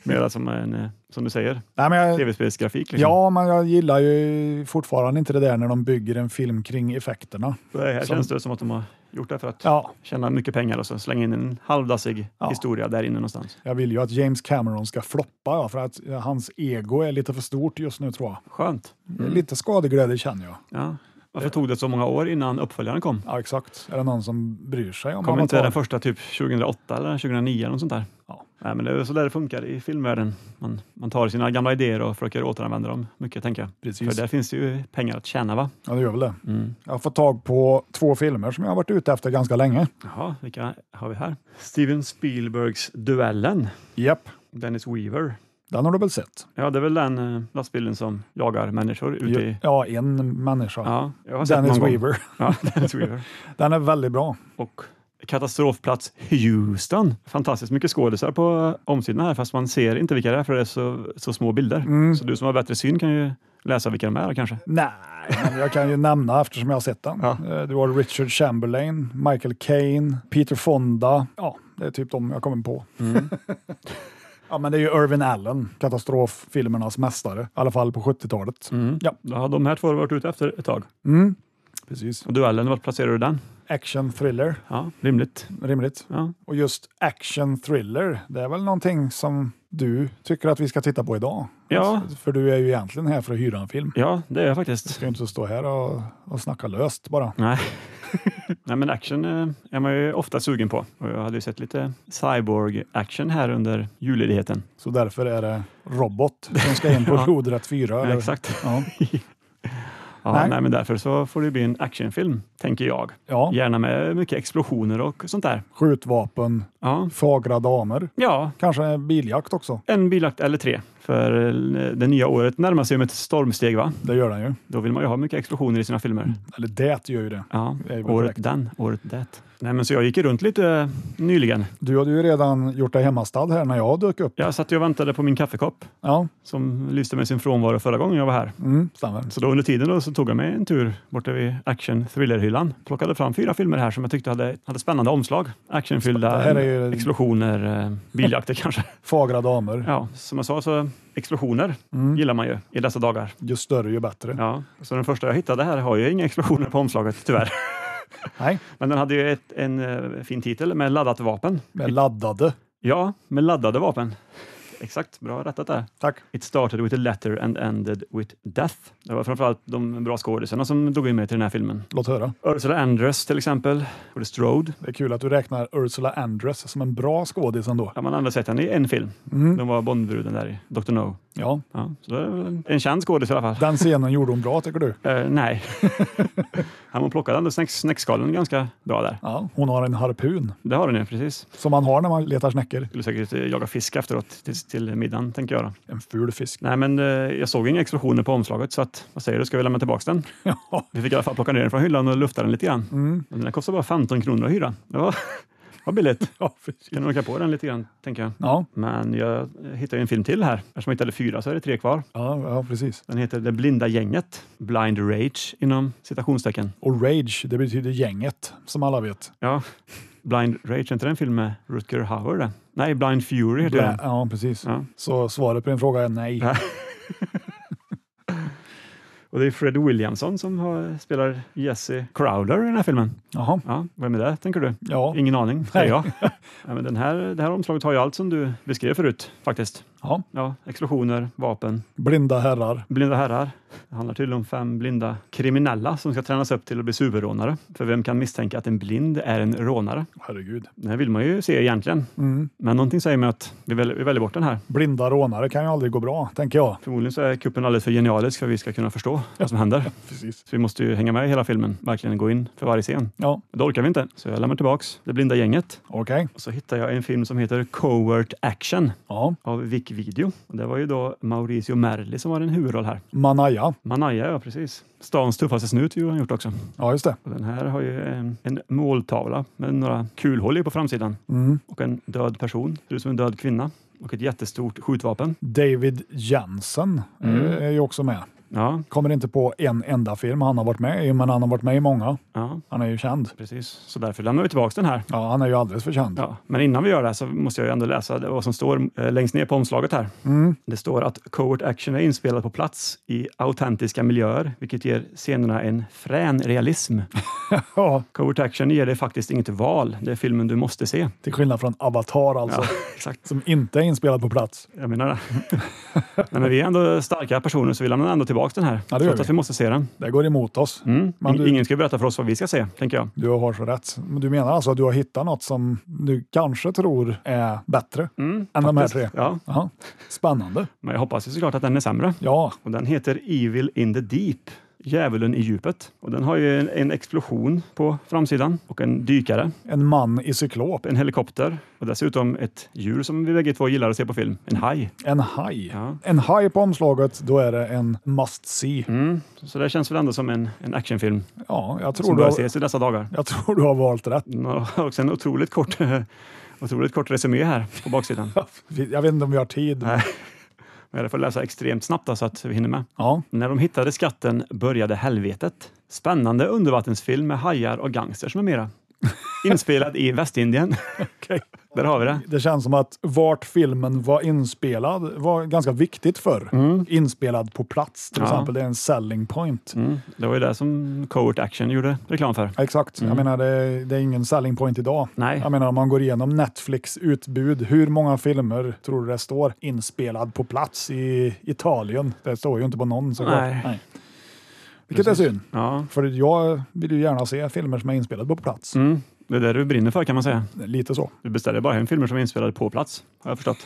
Speaker 3: mera som, en, eh, som du säger,
Speaker 2: Nej, men jag,
Speaker 3: tv-spelsgrafik. Liksom.
Speaker 2: ja, men jag gillar ju fortfarande inte det där när de bygger en film kring effekterna.
Speaker 3: Det här
Speaker 2: som-
Speaker 3: känns det som att de har gjort det för att
Speaker 2: Ja,
Speaker 3: tjäna mycket pengar och så slänga in en halvdassig
Speaker 2: Ja.
Speaker 3: historia där inne någonstans.
Speaker 2: jag vill ju att James Cameron ska floppa ja, för att eh, hans ego är lite för stort just nu tror jag.
Speaker 3: Skönt. Mm.
Speaker 2: Lite skadeglädje känner jag.
Speaker 3: Ja. Varför tog det så många år innan uppföljaren kom?
Speaker 2: Ja, exakt. Är det någon som bryr sig om
Speaker 3: Kom inte
Speaker 2: Avatar?
Speaker 3: den första typ 2008 eller 2009 eller något sånt där?
Speaker 2: Ja.
Speaker 3: Nej, men det är väl så där det funkar i filmvärlden. Man, man tar sina gamla idéer och försöker återanvända dem mycket, tänker jag.
Speaker 2: Precis.
Speaker 3: För där finns det ju pengar att tjäna, va?
Speaker 2: Ja, det gör väl det.
Speaker 3: Mm.
Speaker 2: Jag har fått tag på två filmer som jag har varit ute efter ganska länge.
Speaker 3: Jaha, vilka har vi här? Steven Spielbergs Duellen,
Speaker 2: Japp,
Speaker 3: Dennis Weaver.
Speaker 2: den har du väl sett?
Speaker 3: Ja, det är väl den eh, lastbilen som jagar människor ute i...
Speaker 2: Ja, en människa.
Speaker 3: Ja, jag har sett
Speaker 2: Dennis
Speaker 3: någon gång.
Speaker 2: Weaver.
Speaker 3: Ja, Dennis Weaver.
Speaker 2: Den är väldigt bra.
Speaker 3: Och katastrofplats Houston. Fantastiskt mycket skådisar på omsidan här, fast man ser inte vilka det är för det är så, så små bilder.
Speaker 2: Mm.
Speaker 3: Så du som har bättre syn kan ju läsa vilka de är kanske.
Speaker 2: Nej, men jag kan ju nämna eftersom jag har sett den.
Speaker 3: Ja.
Speaker 2: Eh, Du har Richard Chamberlain, Michael Caine, Peter Fonda. Ja, det är typ de jag kommer på.
Speaker 3: Mm.
Speaker 2: Ja, men det är ju Irvin Allen, katastroffilmernas mästare. I alla fall på 70-talet.
Speaker 3: Mm.
Speaker 2: Ja.
Speaker 3: Då har de här två varit ute efter ett tag.
Speaker 2: Mm. Precis.
Speaker 3: Och duellen, vart placerar du den?
Speaker 2: Action thriller,
Speaker 3: Ja, rimligt.
Speaker 2: rimligt.
Speaker 3: Ja.
Speaker 2: Och just action thriller, det är väl någonting som du tycker att vi ska titta på idag?
Speaker 3: Ja.
Speaker 2: För du är ju egentligen här för att hyra en film.
Speaker 3: ja, det är jag faktiskt.
Speaker 2: Ska ju inte stå här och, och snacka löst bara.
Speaker 3: Nej. Nej, men action eh, är man ju ofta sugen på. Och jag hade ju sett lite cyborg-action här under julledigheten.
Speaker 2: Så därför är det robot som ska in på
Speaker 3: Ja.
Speaker 2: Blodrätt 4.
Speaker 3: Ja,
Speaker 2: eller-
Speaker 3: exakt.
Speaker 2: Ja.
Speaker 3: Ja,
Speaker 2: Nej.
Speaker 3: nej. men därför så får det bli en actionfilm, tänker jag.
Speaker 2: Ja.
Speaker 3: Gärna med mycket explosioner och sånt där.
Speaker 2: Skjutvapen,
Speaker 3: Ja,
Speaker 2: fagra damer,
Speaker 3: ja
Speaker 2: kanske en biljakt också.
Speaker 3: en bilakt eller tre. För eh, det nya året närmar sig med ett stormsteg, va?
Speaker 2: Det gör den ju.
Speaker 3: Då vill man ju ha mycket explosioner i sina filmer.
Speaker 2: Eller det gör ju det.
Speaker 3: Ja,
Speaker 2: Mm. Det är ju
Speaker 3: året
Speaker 2: korrekt.
Speaker 3: den, året det. Nej, men så jag gick ju runt lite eh, nyligen.
Speaker 2: Du hade ju redan gjort dig hemmastad här när jag dök upp.
Speaker 3: Jag satt ju och väntade på min kaffekopp
Speaker 2: Ja,
Speaker 3: som lyste med sin frånvaro förra gången jag var här.
Speaker 2: mm, stämmer.
Speaker 3: Så då under tiden då så tog jag mig en tur borta vid action thrillerhyllan. Plockade fram fyra filmer här som jag tyckte hade, hade spännande omslag.
Speaker 2: Det här är
Speaker 3: Actionfyllda
Speaker 2: ju-
Speaker 3: explosioner, eh, biljakter kanske.
Speaker 2: Fagra damer,
Speaker 3: Ja, som jag sa så explosioner
Speaker 2: Mm.
Speaker 3: gillar man ju i dessa dagar.
Speaker 2: ju större ju bättre.
Speaker 3: Ja, så den första jag hittade här har ju inga explosioner på omslaget tyvärr.
Speaker 2: Nej,
Speaker 3: Men den hade ju ett, en eh, fin titel med laddat vapen.
Speaker 2: med laddade.
Speaker 3: Ja, med laddade vapen. Exakt, bra rättat där.
Speaker 2: Tack.
Speaker 3: It started with a letter and ended with death. Det var framförallt de bra skådisarna som drog in mig till den här filmen.
Speaker 2: Låt höra.
Speaker 3: Ursula Andress till exempel, och Strode.
Speaker 2: Det är kul att du räknar Ursula Andress som en bra skådis ändå.
Speaker 3: Ja, man har ändå sett henne i en film.
Speaker 2: Mm.
Speaker 3: De var Bondbruden där i Dr. No.
Speaker 2: Ja,
Speaker 3: Ja, så det är väl en- en känd skådis i alla fall.
Speaker 2: den scenen gjorde hon bra tycker du?
Speaker 3: Eh, nej. Han plockade ändå snäck- snäckskalen ganska bra där.
Speaker 2: Ja, hon har en harpun
Speaker 3: Det har den ju, precis.
Speaker 2: som man har när man letar snäckor.
Speaker 3: Skulle säkert eh, jaga fisk efteråt till, till middagen, tänker jag. Då.
Speaker 2: En ful fisk.
Speaker 3: Nej, men eh, jag såg inga explosioner på omslaget, så att, vad säger du, ska vi lämna tillbaka den?
Speaker 2: Ja.
Speaker 3: Vi fick i alla fall plocka ner den från hyllan och lufta den lite grann.
Speaker 2: Mm.
Speaker 3: Men Den här kostar bara 15 kronor att hyra. Det var, var billigt.
Speaker 2: Ja, precis.
Speaker 3: Kan åka på den lite grann, tänker jag.
Speaker 2: Ja,
Speaker 3: Men jag hittade ju en film till här. Eftersom jag hittade fyra så är det tre kvar.
Speaker 2: ja, ja, precis.
Speaker 3: Den heter Det blinda gänget, Blind Rage inom citationstecken.
Speaker 2: Och Rage, det betyder gänget som alla vet.
Speaker 3: Ja, Blind Rage, är inte den film med Rutger Hauer? det? Nej, Blind Fury heter den.
Speaker 2: Ja, precis.
Speaker 3: Ja.
Speaker 2: Så svaret på din fråga är nej.
Speaker 3: Nej. Och det är Fred Williamson som har, spelar Jesse Crowder i den här filmen.
Speaker 2: Jaha,
Speaker 3: Ja, vem är det, tänker du?
Speaker 2: ja.
Speaker 3: Ingen aning,
Speaker 2: Nej.
Speaker 3: säger jag. Nej, men den här, det här omslaget har ju allt som du beskrev förut, faktiskt.
Speaker 2: ja.
Speaker 3: Ja, explosioner, vapen,
Speaker 2: Blinda herrar.
Speaker 3: blinda herrar. Det handlar tydligen om fem blinda kriminella som ska tränas upp till att bli superrånare. För vem kan misstänka att en blind är en rånare?
Speaker 2: Herregud.
Speaker 3: Det här vill man ju se egentligen,
Speaker 2: Mm.
Speaker 3: men någonting säger mig att vi väljer, vi väljer bort den här.
Speaker 2: Blinda rånare kan ju aldrig gå bra, tänker jag.
Speaker 3: Förmodligen så är kuppen alldeles för genialisk för att vi ska kunna förstå vad som händer.
Speaker 2: Precis.
Speaker 3: Så vi måste ju hänga med i hela filmen, verkligen gå in för varje scen.
Speaker 2: Ja,
Speaker 3: Men Det orkar vi inte, så jag lämnar tillbaks Det blinda gänget.
Speaker 2: okej.
Speaker 3: Och så hittar jag en film som heter Covert Action
Speaker 2: Ja.
Speaker 3: av Vic Video. Och det var ju då Mauricio Merli som var en huvudroll här.
Speaker 2: Manaya.
Speaker 3: Manaya, ja precis. Stans tuffaste snut har han gjort också.
Speaker 2: Ja, just det.
Speaker 3: Och den här har ju en, en måltavla med några kulhål i på framsidan
Speaker 2: Mm.
Speaker 3: och en död person, ser ut som en död kvinna och ett jättestort skjutvapen.
Speaker 2: David Jensen eh,
Speaker 3: Mm.
Speaker 2: är ju också med.
Speaker 3: Ja,
Speaker 2: Kommer inte på en enda film han har varit med i, men han har varit med i många.
Speaker 3: ja,
Speaker 2: Han är ju känd.
Speaker 3: precis. Så därför lämnar vi tillbaka den här.
Speaker 2: Ja, han är ju alldeles för känd.
Speaker 3: Ja, men innan vi gör det här så måste jag ju ändå läsa det- vad som står eh, längst ner på omslaget här.
Speaker 2: Mm.
Speaker 3: Det står att Covert Action är inspelad på plats i autentiska miljöer, vilket ger scenerna en frän realism.
Speaker 2: Ja,
Speaker 3: Covert Action ger dig faktiskt inget val. Det är filmen du måste se.
Speaker 2: till skillnad från Avatar alltså,
Speaker 3: Ja, exakt.
Speaker 2: som inte är inspelad på plats.
Speaker 3: Jag menar det. Nej, men vi är ändå starka personer så vi lämnar ändå tillbaka den här.
Speaker 2: Ja, det gör
Speaker 3: trots att
Speaker 2: vi.
Speaker 3: vi måste se den.
Speaker 2: Det går emot oss.
Speaker 3: Mm.
Speaker 2: Men du-
Speaker 3: Ingen ska berätta för oss vad vi ska se, tänker jag.
Speaker 2: Du har så rätt. Men du menar alltså att du har hittat något som du kanske tror är bättre
Speaker 3: Mm,
Speaker 2: än de här tre?
Speaker 3: faktiskt. Ja,
Speaker 2: Jaha. Spännande.
Speaker 3: men jag hoppas ju såklart att den är sämre.
Speaker 2: Ja,
Speaker 3: Och den heter Evil in the Deep, Djävulen i djupet. Och den har ju en, en explosion på framsidan och en dykare,
Speaker 2: en man i cyklop.
Speaker 3: en helikopter och dessutom ett djur som vi bägge två gillar att se på film, en haj.
Speaker 2: En haj.
Speaker 3: Ja.
Speaker 2: En haj på omslaget, då är det en must see.
Speaker 3: Mm. Så det känns väl ändå som en, en actionfilm
Speaker 2: Ja, jag tror,
Speaker 3: som
Speaker 2: du
Speaker 3: bör
Speaker 2: har,
Speaker 3: ses i dessa dagar.
Speaker 2: jag tror du har valt rätt.
Speaker 3: Den har också en otroligt kort, otroligt kort resumé här på baksidan.
Speaker 2: Jag vet inte om vi har tid.
Speaker 3: Nej. Men jag får läsa extremt snabbt då, så att vi hinner med.
Speaker 2: Ja,
Speaker 3: När de hittade skatten började helvetet. Spännande undervattensfilm med hajar och gangsters med mera. Inspelad i Västindien.
Speaker 2: okej.
Speaker 3: Där har vi det.
Speaker 2: Det känns som att vart filmen var inspelad var ganska viktigt förr. Inspelad på plats till
Speaker 3: Mm. Ja.
Speaker 2: exempel, det är en selling point.
Speaker 3: Mm. Det var ju det som Covert Action gjorde reklam för.
Speaker 2: Ja, Exakt, jag menar det, det är ingen selling point idag.
Speaker 3: Mm. Nej,
Speaker 2: Jag menar om man går igenom Netflix utbud, hur många filmer tror du det står inspelad på plats i Italien? Det står ju inte på någon såklart.
Speaker 3: Nej.
Speaker 2: Vilket är synd,
Speaker 3: ja.
Speaker 2: för jag vill ju gärna se filmer som är inspelade på plats.
Speaker 3: Mm. Det är det du brinner för kan man säga.
Speaker 2: Lite så.
Speaker 3: Du beställer bara hem filmer som är inspelade på plats, har jag förstått.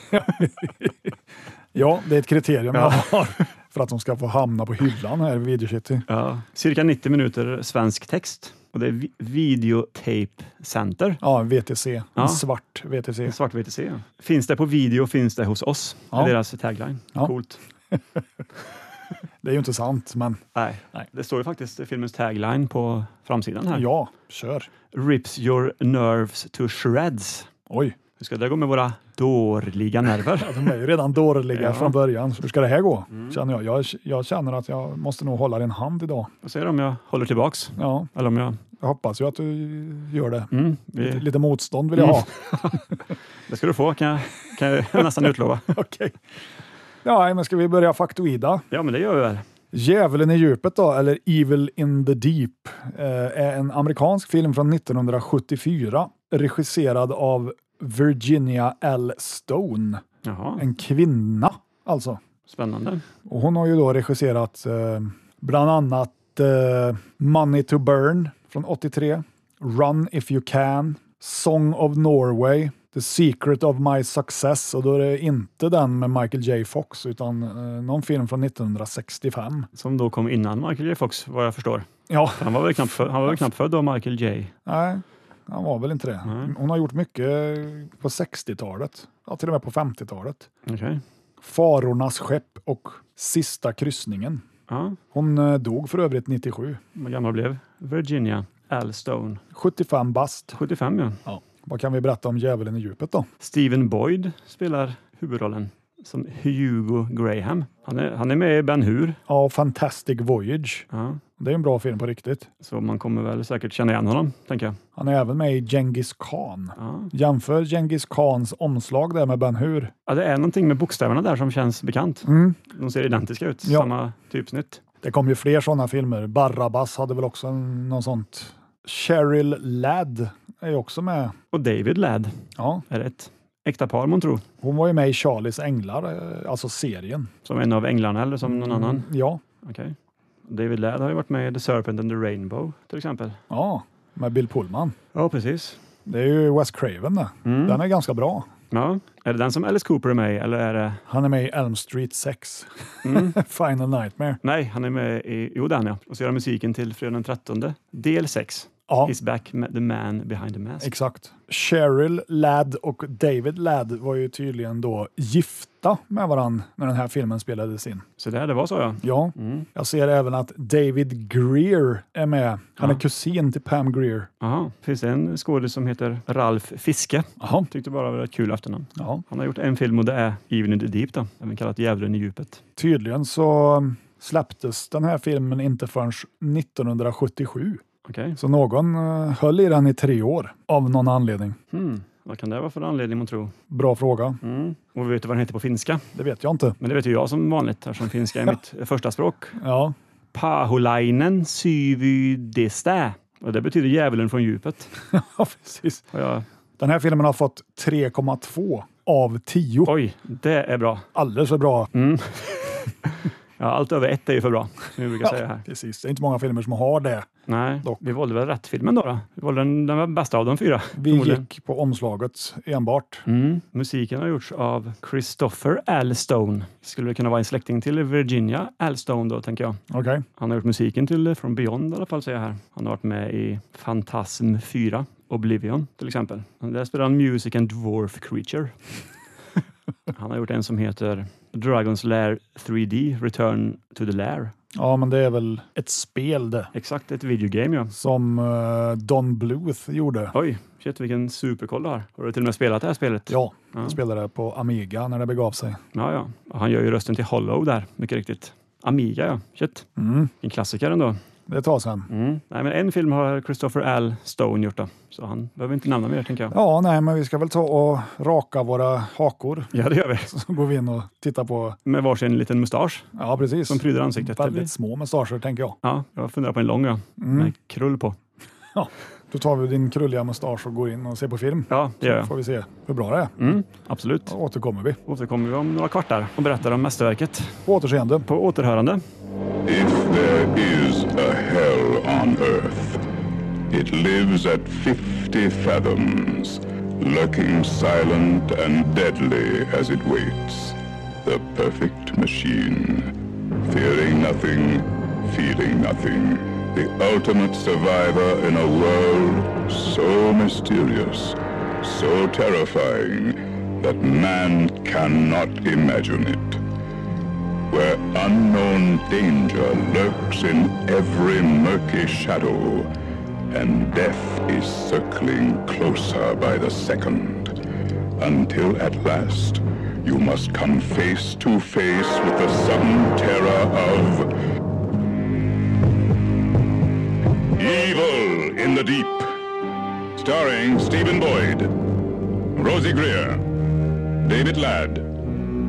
Speaker 2: Ja, det är ett kriterium jag
Speaker 3: Ja.
Speaker 2: har för att de ska få hamna på hyllan här i Video City.
Speaker 3: Ja. Cirka 90 minuter svensk text. Och det är vi- Videotape Center.
Speaker 2: Ja, en VTC. En
Speaker 3: Ja.
Speaker 2: svart VTC.
Speaker 3: En Svartvit se. Finns det på video finns det hos oss.
Speaker 2: Ja.
Speaker 3: Det är deras tagline.
Speaker 2: Ja.
Speaker 3: Coolt.
Speaker 2: Det är ju inte sant, men
Speaker 3: Nej.
Speaker 2: Nej.
Speaker 3: det står ju faktiskt filmens tagline på framsidan här.
Speaker 2: ja, kör.
Speaker 3: Rips your nerves to shreds.
Speaker 2: Oj,
Speaker 3: Hur ska det gå med våra dåliga nerver?
Speaker 2: de är ju redan dåliga
Speaker 3: Ja. Mm.
Speaker 2: från början. Så hur ska det här gå? Känner jag. jag. Jag känner att jag måste nog hålla din hand idag.
Speaker 3: Vad säger du om jag håller tillbaks?
Speaker 2: Ja,
Speaker 3: Eller om jag...
Speaker 2: jag hoppas ju att du gör det.
Speaker 3: Mm,
Speaker 2: Lite,
Speaker 3: vi,
Speaker 2: lite motstånd vill jag
Speaker 3: Mm.
Speaker 2: ha.
Speaker 3: det ska du få, kan jag, kan jag nästan utlova.
Speaker 2: Okej. Ja, nej, men ska vi börja faktoida?
Speaker 3: Ja, men det gör vi väl.
Speaker 2: Djävulen i djupet då, eller Evil in the Deep, eh, är en amerikansk film från 1974 regisserad av Virginia L. Stone,
Speaker 3: Jaha,
Speaker 2: en kvinna alltså.
Speaker 3: spännande.
Speaker 2: Och hon har ju då regisserat eh, bland annat eh, Money to Burn från 83, Run if you can, Song of Norway, The Secret of My Success och då är det inte den med Michael J. Fox utan eh, någon film från 1965.
Speaker 3: Som då kom innan Michael J Fox, vad jag förstår.
Speaker 2: Ja,
Speaker 3: Han var väl knappt, fö- han var väl knappt född då, Michael J.
Speaker 2: nej, han var väl inte det.
Speaker 3: Nej.
Speaker 2: Hon har gjort mycket på 60-talet, ja, till och med på 50-talet.
Speaker 3: Okej.
Speaker 2: Farornas skepp och Sista kryssningen.
Speaker 3: Ja,
Speaker 2: Hon eh, dog för övrigt 97,
Speaker 3: vad gammal blev Virginia L. Stone?
Speaker 2: 75 bast.
Speaker 3: 75 ja.
Speaker 2: Vad kan vi berätta om Djävulen i djupet då?
Speaker 3: Stephen Boyd spelar huvudrollen som Hugo Graham. Han är, han är med i Ben Hur.
Speaker 2: Ja, Fantastic Voyage.
Speaker 3: Ja,
Speaker 2: Det är en bra film på riktigt.
Speaker 3: så man kommer väl säkert känna igen honom, tänker jag.
Speaker 2: Han är även med i Genghis Khan.
Speaker 3: Ja.
Speaker 2: Jämför Genghis Khans omslag där med Ben Hur.
Speaker 3: Ja, det är någonting med bokstäverna där som känns bekant.
Speaker 2: Mm.
Speaker 3: De ser identiska ut,
Speaker 2: Ja.
Speaker 3: samma typsnitt.
Speaker 2: Det kom ju fler sådana filmer. Barrabas hade väl också en, någon sånt. Cheryl Ladd är ju också med.
Speaker 3: Och David Ladd
Speaker 2: Ja,
Speaker 3: är ett äkta par, man tror.
Speaker 2: hon var ju med i Charlies Änglar, eh, alltså serien.
Speaker 3: Som en av änglarna eller som någon annan.
Speaker 2: Ja,
Speaker 3: Okej. David Ladd har ju varit med i The Serpent and the Rainbow till exempel.
Speaker 2: ja, med Bill Pullman.
Speaker 3: Ja, precis.
Speaker 2: Det är ju Wes Craven det.
Speaker 3: Mm.
Speaker 2: Den är ganska bra.
Speaker 3: Ja. Är det den som Alice Cooper är med i? Eller är det...
Speaker 2: Han är med i Elm Street 6,
Speaker 3: Mm.
Speaker 2: Final Nightmare.
Speaker 3: Nej, han är med i... Jo, den ja. Och så gör han musiken till Fredag den 13. Del 6.
Speaker 2: Ja.
Speaker 3: Is back, ma- the man behind the mask.
Speaker 2: Exakt. Cheryl Ladd och David Ladd var ju tydligen då gifta med varann när den här filmen spelades in.
Speaker 3: Så där, det var så ja.
Speaker 2: Ja,
Speaker 3: Mm.
Speaker 2: jag ser även att David Greer är med. Han är
Speaker 3: Ja.
Speaker 2: kusin till Pam Greer.
Speaker 3: Aha. Finns det en skådis som heter Ralf Fiske.
Speaker 2: Jaha.
Speaker 3: Tyckte bara det var ett kul efternamn.
Speaker 2: Ja,
Speaker 3: Han har gjort en film och det är Even in the Deep då, även kallat Djävulen i djupet.
Speaker 2: tydligen så släpptes den här filmen inte förrän 1977.
Speaker 3: Okej.
Speaker 2: Så någon eh, höll i den i tre år av någon anledning.
Speaker 3: Hmm. Vad kan det vara för anledning man tror?
Speaker 2: Bra fråga.
Speaker 3: Mm. Och vi vet ju vad den heter på finska.
Speaker 2: Det vet jag inte.
Speaker 3: Men det vet ju jag som vanligt eftersom finska är mitt första språk.
Speaker 2: Ja,
Speaker 3: Paholainen syvydestä. Och det betyder djävulen från djupet.
Speaker 2: ja precis.
Speaker 3: Och jag,
Speaker 2: Den här filmen har fått 3,2 av 10.
Speaker 3: oj, det är bra.
Speaker 2: Alldeles för bra.
Speaker 3: Mm. Ja, allt över ett är ju för bra, som vi brukar säga här.
Speaker 2: Precis, det är inte många filmer som har det.
Speaker 3: Nej,
Speaker 2: Dock.
Speaker 3: vi valde väl rätt filmen då. då. Vi valde den, den var bästa av de fyra.
Speaker 2: Vi
Speaker 3: förmodligen.
Speaker 2: gick på omslaget enbart.
Speaker 3: Mm. Musiken har gjorts av Christopher L. Stone. Skulle det kunna vara en släkting till Virginia L. Stone då, tänker jag.
Speaker 2: Okej,
Speaker 3: Han har gjort musiken till eh, From Beyond i alla fall, säger jag här. Han har varit med i Fantasm 4, Oblivion till exempel. Och Där spelar han Music and Dwarf Creature. han har gjort en som heter Dragon's Lair 3D, Return to the Lair.
Speaker 2: ja men det är väl ett spel det.
Speaker 3: Exakt ett videogame ja.
Speaker 2: Som eh, Don Bluth gjorde.
Speaker 3: Oj, shit vilken superkoll du har. Har du till och med spelat det här spelet?
Speaker 2: Ja,
Speaker 3: Ja,
Speaker 2: han spelade det på Amiga när det begav sig.
Speaker 3: ja. ja. Och Han gör ju rösten till Hollow där, mycket riktigt. Amiga ja, shit.
Speaker 2: Mm,
Speaker 3: En klassiker ändå.
Speaker 2: det tar sen.
Speaker 3: Mm. Nej, men en film har Christopher L. Stone gjort då, så han behöver inte nämna mer tänker jag.
Speaker 2: Ja, nej, men vi ska väl ta och raka våra hakor.
Speaker 3: Ja, det gör vi.
Speaker 2: Så går vi in och tittar på,
Speaker 3: Med varsin liten mustasch
Speaker 2: ja precis,
Speaker 3: som pryder ansiktet.
Speaker 2: väldigt små mustascher tänker jag.
Speaker 3: Ja, jag funderar på en lång ja,
Speaker 2: Mm.
Speaker 3: med krull på.
Speaker 2: Då tar vi din krulliga mustasch och går in och ser på film.
Speaker 3: Ja, det gör jag.
Speaker 2: Får vi se hur bra det är.
Speaker 3: Mm, absolut.
Speaker 2: Då återkommer vi.
Speaker 3: Återkommer vi om några kvartar och berättar om mästerverket.
Speaker 2: På återseende.
Speaker 3: På återhörande.
Speaker 4: If there is a hell on earth, it lives at 50 fathoms, lurking silent and deadly as it waits. The perfect machine, fearing nothing, feeling nothing. The ultimate survivor in a world so mysterious, so terrifying, that man cannot imagine it where unknown danger lurks in every murky shadow, and death is circling closer by the second, until at last you must come face to face with the sudden terror of Evil in the Deep, starring Stephen Boyd, Rosie Greer, David Ladd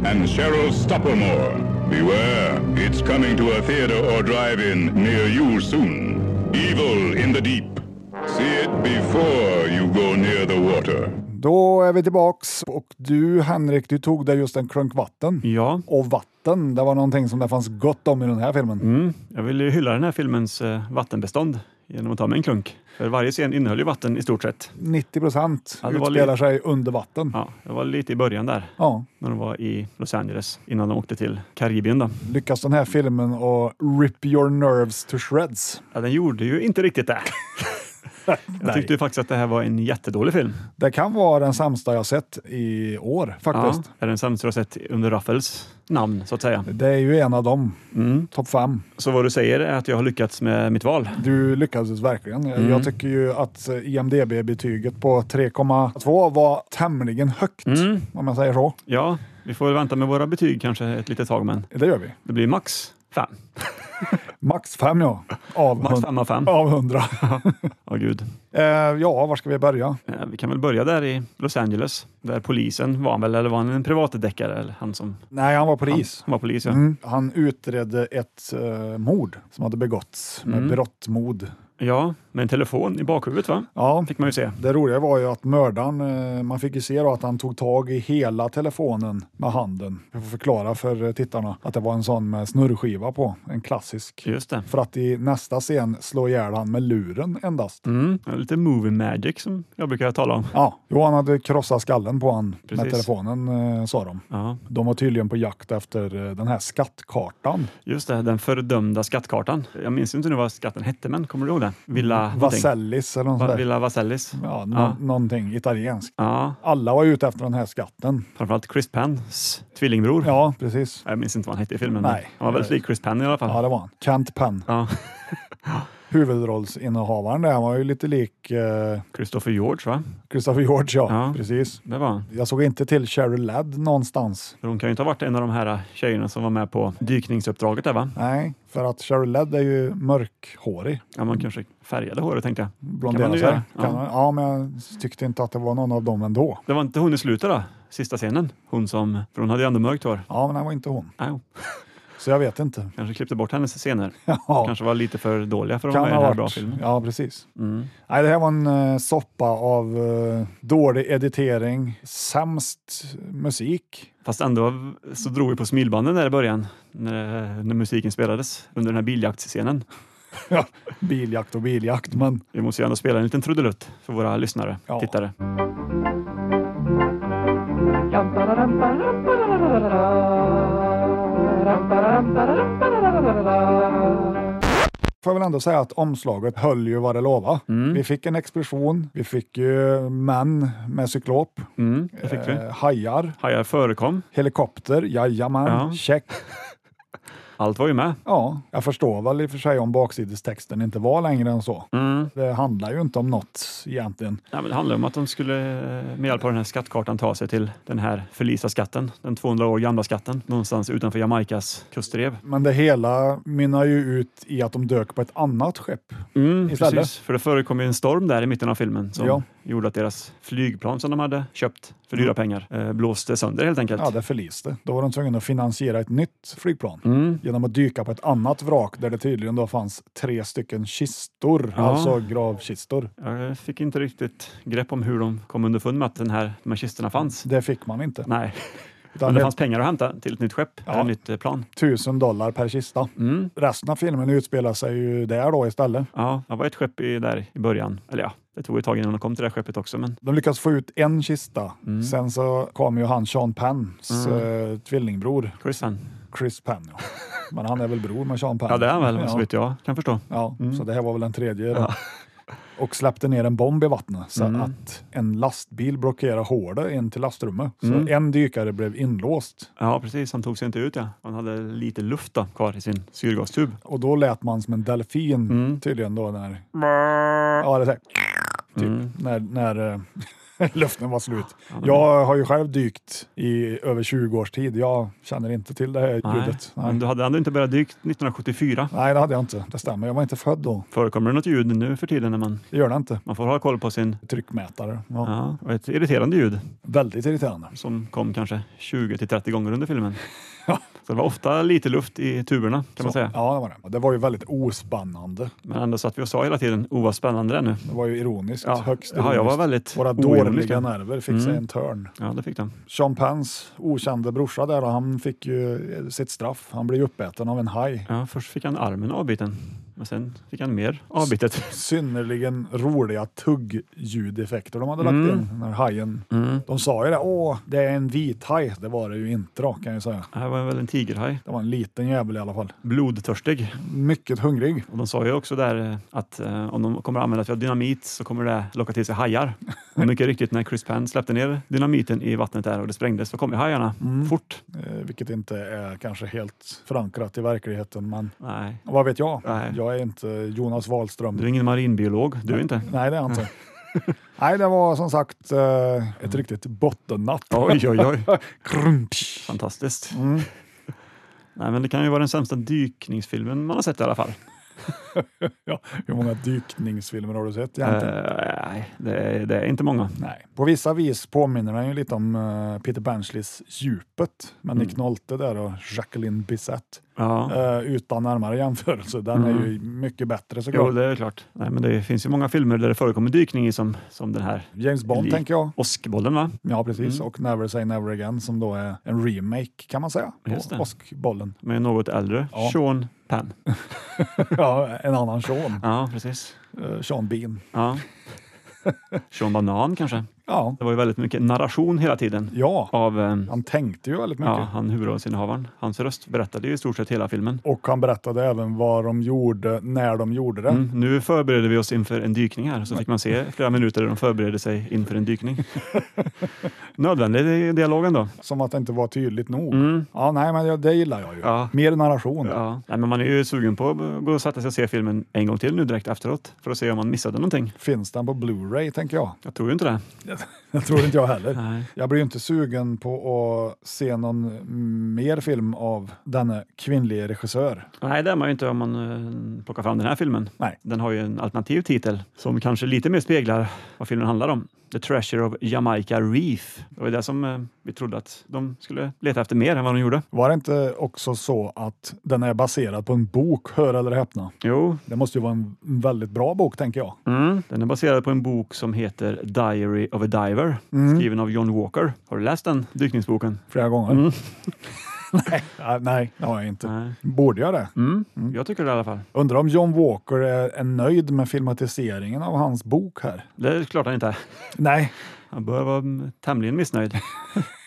Speaker 4: and Cheryl Stoppelmore. Beware, it's coming to a theater or drive-in near you soon. Evil in the Deep. See it before you go near the water.
Speaker 2: Då är vi tillbaks och du Henrik, du tog dig just en klunk vatten.
Speaker 3: Ja,
Speaker 2: Och vatten, det var någonting som det fanns gott om i den här filmen.
Speaker 3: mm, jag vill ju hylla den här filmens eh, vattenbestånd genom att ta mig en klunk. För varje scen innehöll ju vatten i stort sett.
Speaker 2: 90 procent
Speaker 3: Ja, det var
Speaker 2: utspelar sig under vatten.
Speaker 3: Ja, jag var lite i början där,
Speaker 2: Ja.
Speaker 3: när de var i Los Angeles, innan de åkte till Karibien. Då.
Speaker 2: Lyckas den här filmen att rip your nerves to shreds?
Speaker 3: Ja, den gjorde ju inte riktigt det. Jag tyckte ju faktiskt att det här var en jättedålig film.
Speaker 2: Det kan vara den sämsta jag sett i år
Speaker 3: Ja,
Speaker 2: faktiskt.
Speaker 3: är den sämsta jag sett under Raffels namn, så att säga.
Speaker 2: Det är ju en av dem,
Speaker 3: Mm.
Speaker 2: topp fem.
Speaker 3: Så vad du säger är att jag har lyckats med mitt val.
Speaker 2: Du lyckades verkligen. Jag-
Speaker 3: Mm.
Speaker 2: Jag tycker ju att eh, IMDB-betyget på 3,2 var tämligen högt,
Speaker 3: Mm.
Speaker 2: om jag säger så.
Speaker 3: Ja, vi får väl vänta med våra betyg kanske ett litet tag, men
Speaker 2: Det gör vi.
Speaker 3: det blir max fem.
Speaker 2: Max fem ja, av,
Speaker 3: Max
Speaker 2: hun-
Speaker 3: fem av fem. Ja,
Speaker 2: av 100.
Speaker 3: gud.
Speaker 2: eh, ja, var ska vi börja?
Speaker 3: Eh, Vi kan väl börja där i Los Angeles, där polisen var han väl, eller var han en privatdeckare? Eller han som
Speaker 2: Nej, han var polis.
Speaker 3: Han var polis, ja.
Speaker 2: Mm. Han utredde ett eh, mord som hade begåtts med
Speaker 3: Mm.
Speaker 2: berått mod.
Speaker 3: Ja, med en telefon i bakhuvudet, va?
Speaker 2: Ja,
Speaker 3: Fick man ju se.
Speaker 2: det roliga var ju att mördaren, eh, man fick ju se då att han tog tag i hela telefonen med handen. Jag får förklara för eh, tittarna att det var en sån med snurrskiva på, en klassisk.
Speaker 3: Just det.
Speaker 2: För att i nästa scen slår ihjäl han med luren endast.
Speaker 3: Mm. ja, Lite movie magic som jag brukar tala om.
Speaker 2: Ja, jo, han hade krossat skallen på han med
Speaker 3: Precis.
Speaker 2: telefonen eh, sa de.
Speaker 3: Ja,
Speaker 2: De var tydligen på jakt efter eh, den här skattkartan.
Speaker 3: just det, den fördömda skattkartan. Jag minns inte nu vad skatten hette, men kommer du ihåg det? Villa
Speaker 2: Mm.
Speaker 3: någonting?
Speaker 2: Vasellis eller något sånt
Speaker 3: Va-
Speaker 2: där.
Speaker 3: Villa Vasellis.
Speaker 2: Ja, nå-
Speaker 3: Ja.
Speaker 2: Någonting italienskt.
Speaker 3: Ja,
Speaker 2: Alla var ute efter den här skatten.
Speaker 3: framförallt Chris Penns tvillingbror.
Speaker 2: Ja, precis.
Speaker 3: Jag minns inte vad han hette i filmen. men
Speaker 2: Nej.
Speaker 3: Han var väldigt lik Chris Penn i alla fall.
Speaker 2: Ja, det var han. Kent Penn.
Speaker 3: Ja.
Speaker 2: huvudrollsinnehavaren där, han var ju lite lik eh,
Speaker 3: Christopher George, va?
Speaker 2: Christopher George, ja.
Speaker 3: Ja.
Speaker 2: Precis.
Speaker 3: Det var han.
Speaker 2: Jag såg inte till Cheryl Ladd någonstans.
Speaker 3: För hon kan ju inte ha varit en av de här tjejerna som var med på dykningsuppdraget där, va?
Speaker 2: Nej, för att Cheryl Ladd är ju mörkhårig.
Speaker 3: Ja, man kanske färgade håret tänkte jag.
Speaker 2: Blonderar
Speaker 3: Kan man
Speaker 2: sig.
Speaker 3: ju göra,
Speaker 2: Kan
Speaker 3: ja.
Speaker 2: man- ja, men jag tyckte inte att det var någon av dem ändå.
Speaker 3: Det var inte hon i slutet då? Sista scenen? Hon som... För hon hade ju ändå mörkt hår.
Speaker 2: Ja, men det var inte hon,
Speaker 3: Nej, hon
Speaker 2: så jag vet inte.
Speaker 3: kanske klippte bort hennes scener.
Speaker 2: Ja,
Speaker 3: Kanske var lite för dåliga för att
Speaker 2: kan
Speaker 3: vara med
Speaker 2: ha
Speaker 3: i den här
Speaker 2: varit.
Speaker 3: bra filmen.
Speaker 2: Ja, precis.
Speaker 3: Mm.
Speaker 2: Nej, det här var en eh, soppa av eh, dålig editering, sämst musik.
Speaker 3: Fast ändå så drog vi på smilbanden där i början när, när musiken spelades under den här biljaktsscenen.
Speaker 2: Biljakt och biljakt, men
Speaker 3: Vi måste ju ändå spela en liten trudelutt för våra lyssnare,
Speaker 2: Ja.
Speaker 3: tittare.
Speaker 2: får jag väl ändå säga att omslaget höll ju vad det lovade.
Speaker 3: Mm.
Speaker 2: Vi fick en explosion, vi fick ju män med cyklop,
Speaker 3: Mm, det fick vi.
Speaker 2: eh, hajar,
Speaker 3: Hajar förekom.
Speaker 2: helikopter, jajamän,
Speaker 3: Ja.
Speaker 2: check.
Speaker 3: Allt var ju med.
Speaker 2: Ja, jag förstår väl i och för sig om baksidestexten inte var längre än så.
Speaker 3: Mm.
Speaker 2: Det handlar ju inte om något egentligen.
Speaker 3: Nej, men det handlar om att de skulle eh, med hjälp av den här skattkartan ta sig till den här förlista skatten, den 200 år gamla skatten, någonstans utanför Jamaikas kustrev.
Speaker 2: Men det hela mynnar ju ut i att de dök på ett annat skepp.
Speaker 3: Mm,
Speaker 2: Istället.
Speaker 3: precis, för det förekom ju en storm där i mitten av filmen som
Speaker 2: Ja. Mm.
Speaker 3: gjorde att deras flygplan som de hade köpt för dyra pengar eh, blåste sönder helt enkelt.
Speaker 2: Ja, det förliste. Då var de tvungna att finansiera ett nytt flygplan
Speaker 3: Mm.
Speaker 2: genom att dyka på ett annat vrak där det tydligen då fanns tre stycken kistor,
Speaker 3: Ja.
Speaker 2: alltså gravkistor.
Speaker 3: Jag fick inte riktigt grepp om hur de kom underfund med att den här, de här kistorna fanns.
Speaker 2: Det fick man inte.
Speaker 3: Nej,
Speaker 2: Utan
Speaker 3: men det
Speaker 2: det
Speaker 3: fanns pengar att hämta till ett nytt skepp,
Speaker 2: Ja.
Speaker 3: eller ett nytt eh, plan.
Speaker 2: tusen dollar per kista.
Speaker 3: Mm.
Speaker 2: Resten av filmen utspelar sig ju där då istället.
Speaker 3: Ja, det var ett skepp i, där i början. Eller ja, det tog ett tag innan de kom till det här skeppet också. Men
Speaker 2: De lyckas få ut en kista.
Speaker 3: Mm.
Speaker 2: Sen så kom ju han Sean Penns eh, tvillingbror,
Speaker 3: Chris Van.
Speaker 2: Chris Penn. Ja. Men han är väl bror med Sean Penn?
Speaker 3: Ja, det är han väl, Mm. så
Speaker 2: Ja,
Speaker 3: vitt jag kan förstå.
Speaker 2: ja. så det här var väl den tredje. Då. Och släppte ner en bomb i vattnet så
Speaker 3: Mm.
Speaker 2: att en lastbil blockerade hålet in till lastrummet. Så
Speaker 3: Mm.
Speaker 2: en dykare blev inlåst
Speaker 3: Ja, precis. Han tog sig inte ut. Ja. Han hade lite luft då, kvar i sin syrgastub.
Speaker 2: och då lät man som en delfin
Speaker 3: Mm.
Speaker 2: tydligen då när... Ja, det är så här, typ,
Speaker 3: Mm.
Speaker 2: när, när eh, luften var slut. Jag har ju själv dykt i över 20 års tid. Jag känner inte till det här ljudet. Nej.
Speaker 3: Men du hade ändå inte börjat dyka 1974.
Speaker 2: Nej, det hade jag inte. Det stämmer. Jag var inte född då.
Speaker 3: Förekommer det något ljud nu för tiden när man,
Speaker 2: Det gör det inte.
Speaker 3: man får ha koll på sin...
Speaker 2: Tryckmätare. Ja.
Speaker 3: Ja, och ett irriterande ljud
Speaker 2: Väldigt irriterande.
Speaker 3: som kom kanske 20 till 30 gånger under filmen. Så det var ofta lite luft i tuberna kan man säga.
Speaker 2: Ja, det var det. Det var ju väldigt ospännande.
Speaker 3: Men ändå satt vi och sa hela tiden, oh vad spännande det är nu.
Speaker 2: Det var ju ironiskt.
Speaker 3: Ja,
Speaker 2: Högst
Speaker 3: ja, jag
Speaker 2: ironiskt.
Speaker 3: var väldigt
Speaker 2: Våra
Speaker 3: oironisk. Mm.
Speaker 2: dåliga nerver fick sig en törn.
Speaker 3: Ja, det fick de.
Speaker 2: Sean Penns okände brorsa där, och han fick ju eh, sitt straff. Han blev ju uppäten av en haj.
Speaker 3: Ja, först fick han armen avbiten, men sen fick han mer avbitet.
Speaker 2: Synnerligen roliga tuggljudeffekter de hade lagt
Speaker 3: Mm.
Speaker 2: in när hajen... De sa ju det, åh, det är en vit haj. Det var det ju inte då, kan jag säga.
Speaker 3: Det här var väl en tigerhaj.
Speaker 2: Det var en liten jävel i alla fall.
Speaker 3: Blodtörstig.
Speaker 2: Mycket hungrig.
Speaker 3: Och de sa ju också där eh, att eh, om de kommer att använda sig av dynamit så kommer det locka till sig hajar. Och mycket riktigt, när Chris Penn släppte ner dynamiten i vattnet där och det sprängdes så kom ju hajarna fort.
Speaker 2: Eh, vilket inte är kanske helt förankrat i verkligheten. Men
Speaker 3: Nej,
Speaker 2: vad vet jag?
Speaker 3: Nej.
Speaker 2: Jag är inte Jonas Wahlström.
Speaker 3: du är ingen marinbiolog, du inte.
Speaker 2: Nej, det är jag inte. Nej, det var som sagt eh, ett riktigt bottennapp.
Speaker 3: Mm. Oj, oj, oj. Mm.
Speaker 2: Krumtsch.
Speaker 3: Fantastiskt. Nej, men det kan ju vara den sämsta dykningsfilmen man har sett i alla fall.
Speaker 2: ja, hur många dykningsfilmer har du sett
Speaker 3: Eh,
Speaker 2: egentligen?
Speaker 3: Nej, det är, det är inte många.
Speaker 2: Nej. På vissa vis påminner den ju lite om eh, Peter Benchleys Djupet med Nick Nolte där och Jacqueline Bisset.
Speaker 3: Mm. Ja. Mm.
Speaker 2: Eh, utan närmare jämförelse. Den är ju mycket bättre såklart.
Speaker 3: Jo, det är klart. Nej, men det finns ju många filmer där det förekommer dykning i som, som den här
Speaker 2: James Bond
Speaker 3: Lik.
Speaker 2: tänker jag.
Speaker 3: åskbollen, va?
Speaker 2: Ja, precis.
Speaker 3: Mm.
Speaker 2: Och Never Say Never Again som då är en remake kan man säga.
Speaker 3: Just det.
Speaker 2: på Åskbollen.
Speaker 3: Med något äldre
Speaker 2: Ja.
Speaker 3: Sean Penn.
Speaker 2: ja, en annan Sean.
Speaker 3: Ja, precis.
Speaker 2: Eh, Sean Bean.
Speaker 3: Ja. Sean Banan kanske?
Speaker 2: Ja,
Speaker 3: Det var ju väldigt mycket narration hela tiden
Speaker 2: ja.
Speaker 3: av ehm,
Speaker 2: han tänkte ju väldigt mycket.
Speaker 3: ja, han huvudrollsinnehavaren. Hans röst berättade ju i stort sett hela filmen.
Speaker 2: Och han berättade även vad de gjorde när de gjorde det.
Speaker 3: Mm, nu förbereder vi oss inför en dykning här, så fick man se flera minuter där de förbereder sig inför en dykning. Nödvändig i dialogen då.
Speaker 2: Som att det inte var tydligt nog.
Speaker 3: Mm.
Speaker 2: Ja, nej, men det- det gillar jag ju.
Speaker 3: Ja.
Speaker 2: Mer narration.
Speaker 3: Ja. Nej, men man är ju sugen på att gå och sätta sig och se filmen en gång till nu direkt efteråt för att se om man missade någonting.
Speaker 2: Finns den på Blu-ray tänker jag.
Speaker 3: Jag tror ju inte det.
Speaker 2: Jag tror inte jag heller.
Speaker 3: Nej.
Speaker 2: Jag blir ju inte sugen på att se någon mer film av denne kvinnliga regissör.
Speaker 3: Nej, det är man ju inte om man eh, plockar fram den här filmen.
Speaker 2: Nej.
Speaker 3: Den har ju en alternativ titel som kanske lite mer speglar vad filmen handlar om. The Treasure of Jamaica Reef. Det var ju det som eh, vi trodde att de skulle leta efter mer än vad de gjorde.
Speaker 2: Var det inte också så att den är baserad på en bok, hör eller häpna?
Speaker 3: Jo,
Speaker 2: Det måste ju vara en väldigt bra bok tänker jag.
Speaker 3: mm. den är baserad på en bok som heter Diary of a Diver, skriven av John Walker. Har du läst den dykningsboken?
Speaker 2: Flera gånger.
Speaker 3: Mm.
Speaker 2: nej, ja, nej, det har jag inte.
Speaker 3: Nej.
Speaker 2: Borde jag det?
Speaker 3: Mm. Jag tycker det i alla fall.
Speaker 2: Undrar om John Walker är, är nöjd med filmatiseringen av hans bok här?
Speaker 3: Det är klart han inte är.
Speaker 2: Nej.
Speaker 3: Han bör vara mm, tämligen missnöjd.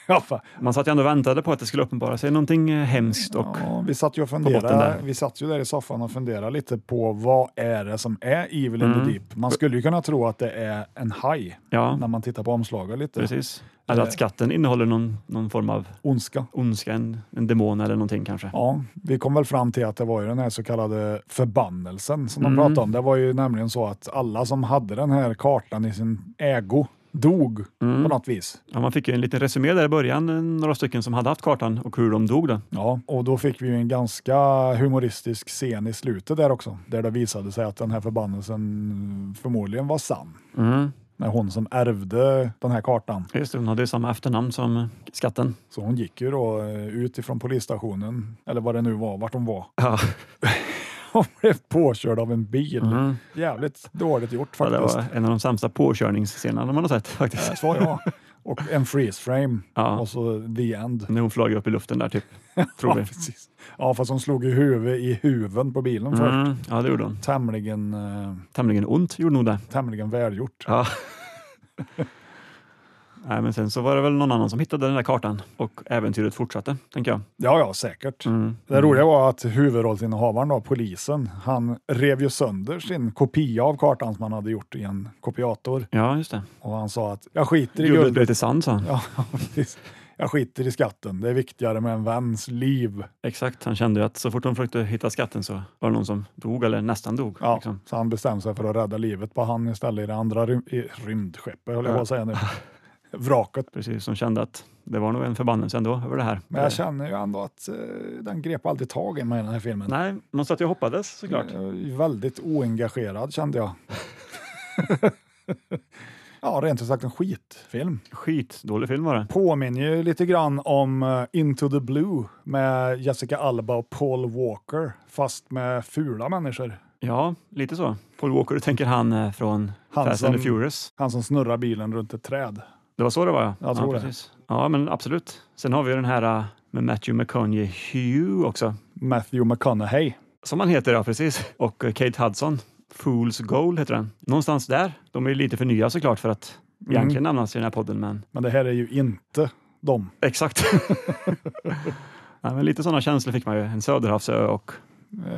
Speaker 2: Ja, fan.
Speaker 3: Man satt ju ändå och väntade på att det skulle uppenbara sig någonting eh, hemskt och
Speaker 2: Ja, vi satt ju och
Speaker 3: botten
Speaker 2: funderade,
Speaker 3: där.
Speaker 2: vi satt ju där i soffan och funderade lite på vad är det som är Evil in the
Speaker 3: Mm.
Speaker 2: Deep? Man skulle ju kunna tro att det är en haj
Speaker 3: ja,
Speaker 2: när man tittar på omslaget lite.
Speaker 3: precis. Eller att skatten innehåller någon, någon form av
Speaker 2: Ondska.
Speaker 3: ondska, en, en demon eller någonting kanske.
Speaker 2: Ja, vi kom väl fram till att det var ju den här så kallade förbannelsen som de
Speaker 3: Mm.
Speaker 2: pratade om. Det var ju nämligen så att alla som hade den här kartan i sin ägo dog på
Speaker 3: Mm.
Speaker 2: något vis.
Speaker 3: Ja, man fick ju en liten resumé där i början, eh, några stycken som hade haft kartan och hur de dog. Då.
Speaker 2: Ja, och då fick vi ju en ganska humoristisk scen i slutet där också, där det visade sig att den här förbannelsen förmodligen var sann.
Speaker 3: Mm.
Speaker 2: När hon som ärvde den här kartan.
Speaker 3: Just det, hon hade ju samma efternamn som eh, skatten.
Speaker 2: Så hon gick ju då eh, ut ifrån polisstationen, eller vad det nu var, vart hon var.
Speaker 3: Ja,
Speaker 2: Hon blev påkörd av en bil.
Speaker 3: mm.
Speaker 2: Jävligt dåligt gjort
Speaker 3: Ja, det
Speaker 2: faktiskt.
Speaker 3: var en av de sämsta påkörningsscenerna man har sett faktiskt.
Speaker 2: Svar ja. Och en freeze frame
Speaker 3: Ja,
Speaker 2: och så the end.
Speaker 3: när hon flög upp i luften där typ, tror
Speaker 2: Ja,
Speaker 3: vi.
Speaker 2: precis. Ja, fast hon slog i huvudet i huven på bilen först.
Speaker 3: Mm. Ja, det gjorde hon.
Speaker 2: Tämligen, eh,
Speaker 3: Tämligen ont gjorde nog det.
Speaker 2: tämligen välgjort.
Speaker 3: Ja. Nej, men sen så var det väl någon annan som hittade den där kartan och äventyret fortsatte, tänker jag.
Speaker 2: Ja, ja, säkert.
Speaker 3: Mm.
Speaker 2: Det roliga var att huvudrollsinnehavaren, då, polisen, han rev ju sönder sin kopia av kartan som han hade gjort i en kopiator.
Speaker 3: Ja, just det.
Speaker 2: Och han sa att jag skiter i
Speaker 3: Guldet blev
Speaker 2: guldet.
Speaker 3: till sand, sa han.
Speaker 2: Ja, precis. Jag skiter i skatten. Det är viktigare med en väns liv.
Speaker 3: Exakt, han kände ju att så fort de försökte hitta skatten så var det någon som dog eller nästan dog.
Speaker 2: Ja,
Speaker 3: Liksom.
Speaker 2: Så han bestämde sig för att rädda livet på han istället i det andra rym i rymdskeppet, höll jag på att säga nu. Vraket.
Speaker 3: Precis, som kände att det var nog en förbannelse ändå över det här.
Speaker 2: Men jag känner ju ändå att eh, den grep aldrig tag i mig, den här filmen.
Speaker 3: Eh, Nej, man satt ju och hoppades såklart.
Speaker 2: Jag är väldigt oengagerad kände jag. ja, rent ut sagt en skitfilm.
Speaker 3: Skitdålig film var det.
Speaker 2: Påminner ju lite grann om eh, Into the Blue med Jessica Alba och Paul Walker, fast med fula människor.
Speaker 3: Ja, lite så. Paul Walker, du tänker han eh, från
Speaker 2: Han
Speaker 3: Fast
Speaker 2: som-
Speaker 3: and the Furious.
Speaker 2: Han som snurrar bilen runt ett träd.
Speaker 3: Det var så det var ja.
Speaker 2: Jag tror
Speaker 3: ja,
Speaker 2: det.
Speaker 3: precis. ja, men absolut. Sen har vi ju den här eh, med Matthew McConaughey också.
Speaker 2: Matthew McConaughey.
Speaker 3: Som han heter, ja precis. Och eh, Kate Hudson. Fool's Goal heter den. Någonstans där. De är ju lite för nya såklart för att
Speaker 2: Mm.
Speaker 3: egentligen namnas i den här podden, men
Speaker 2: Men det här är ju inte dem.
Speaker 3: exakt. Nej, men lite sådana känslor fick man ju. En söderhavsö och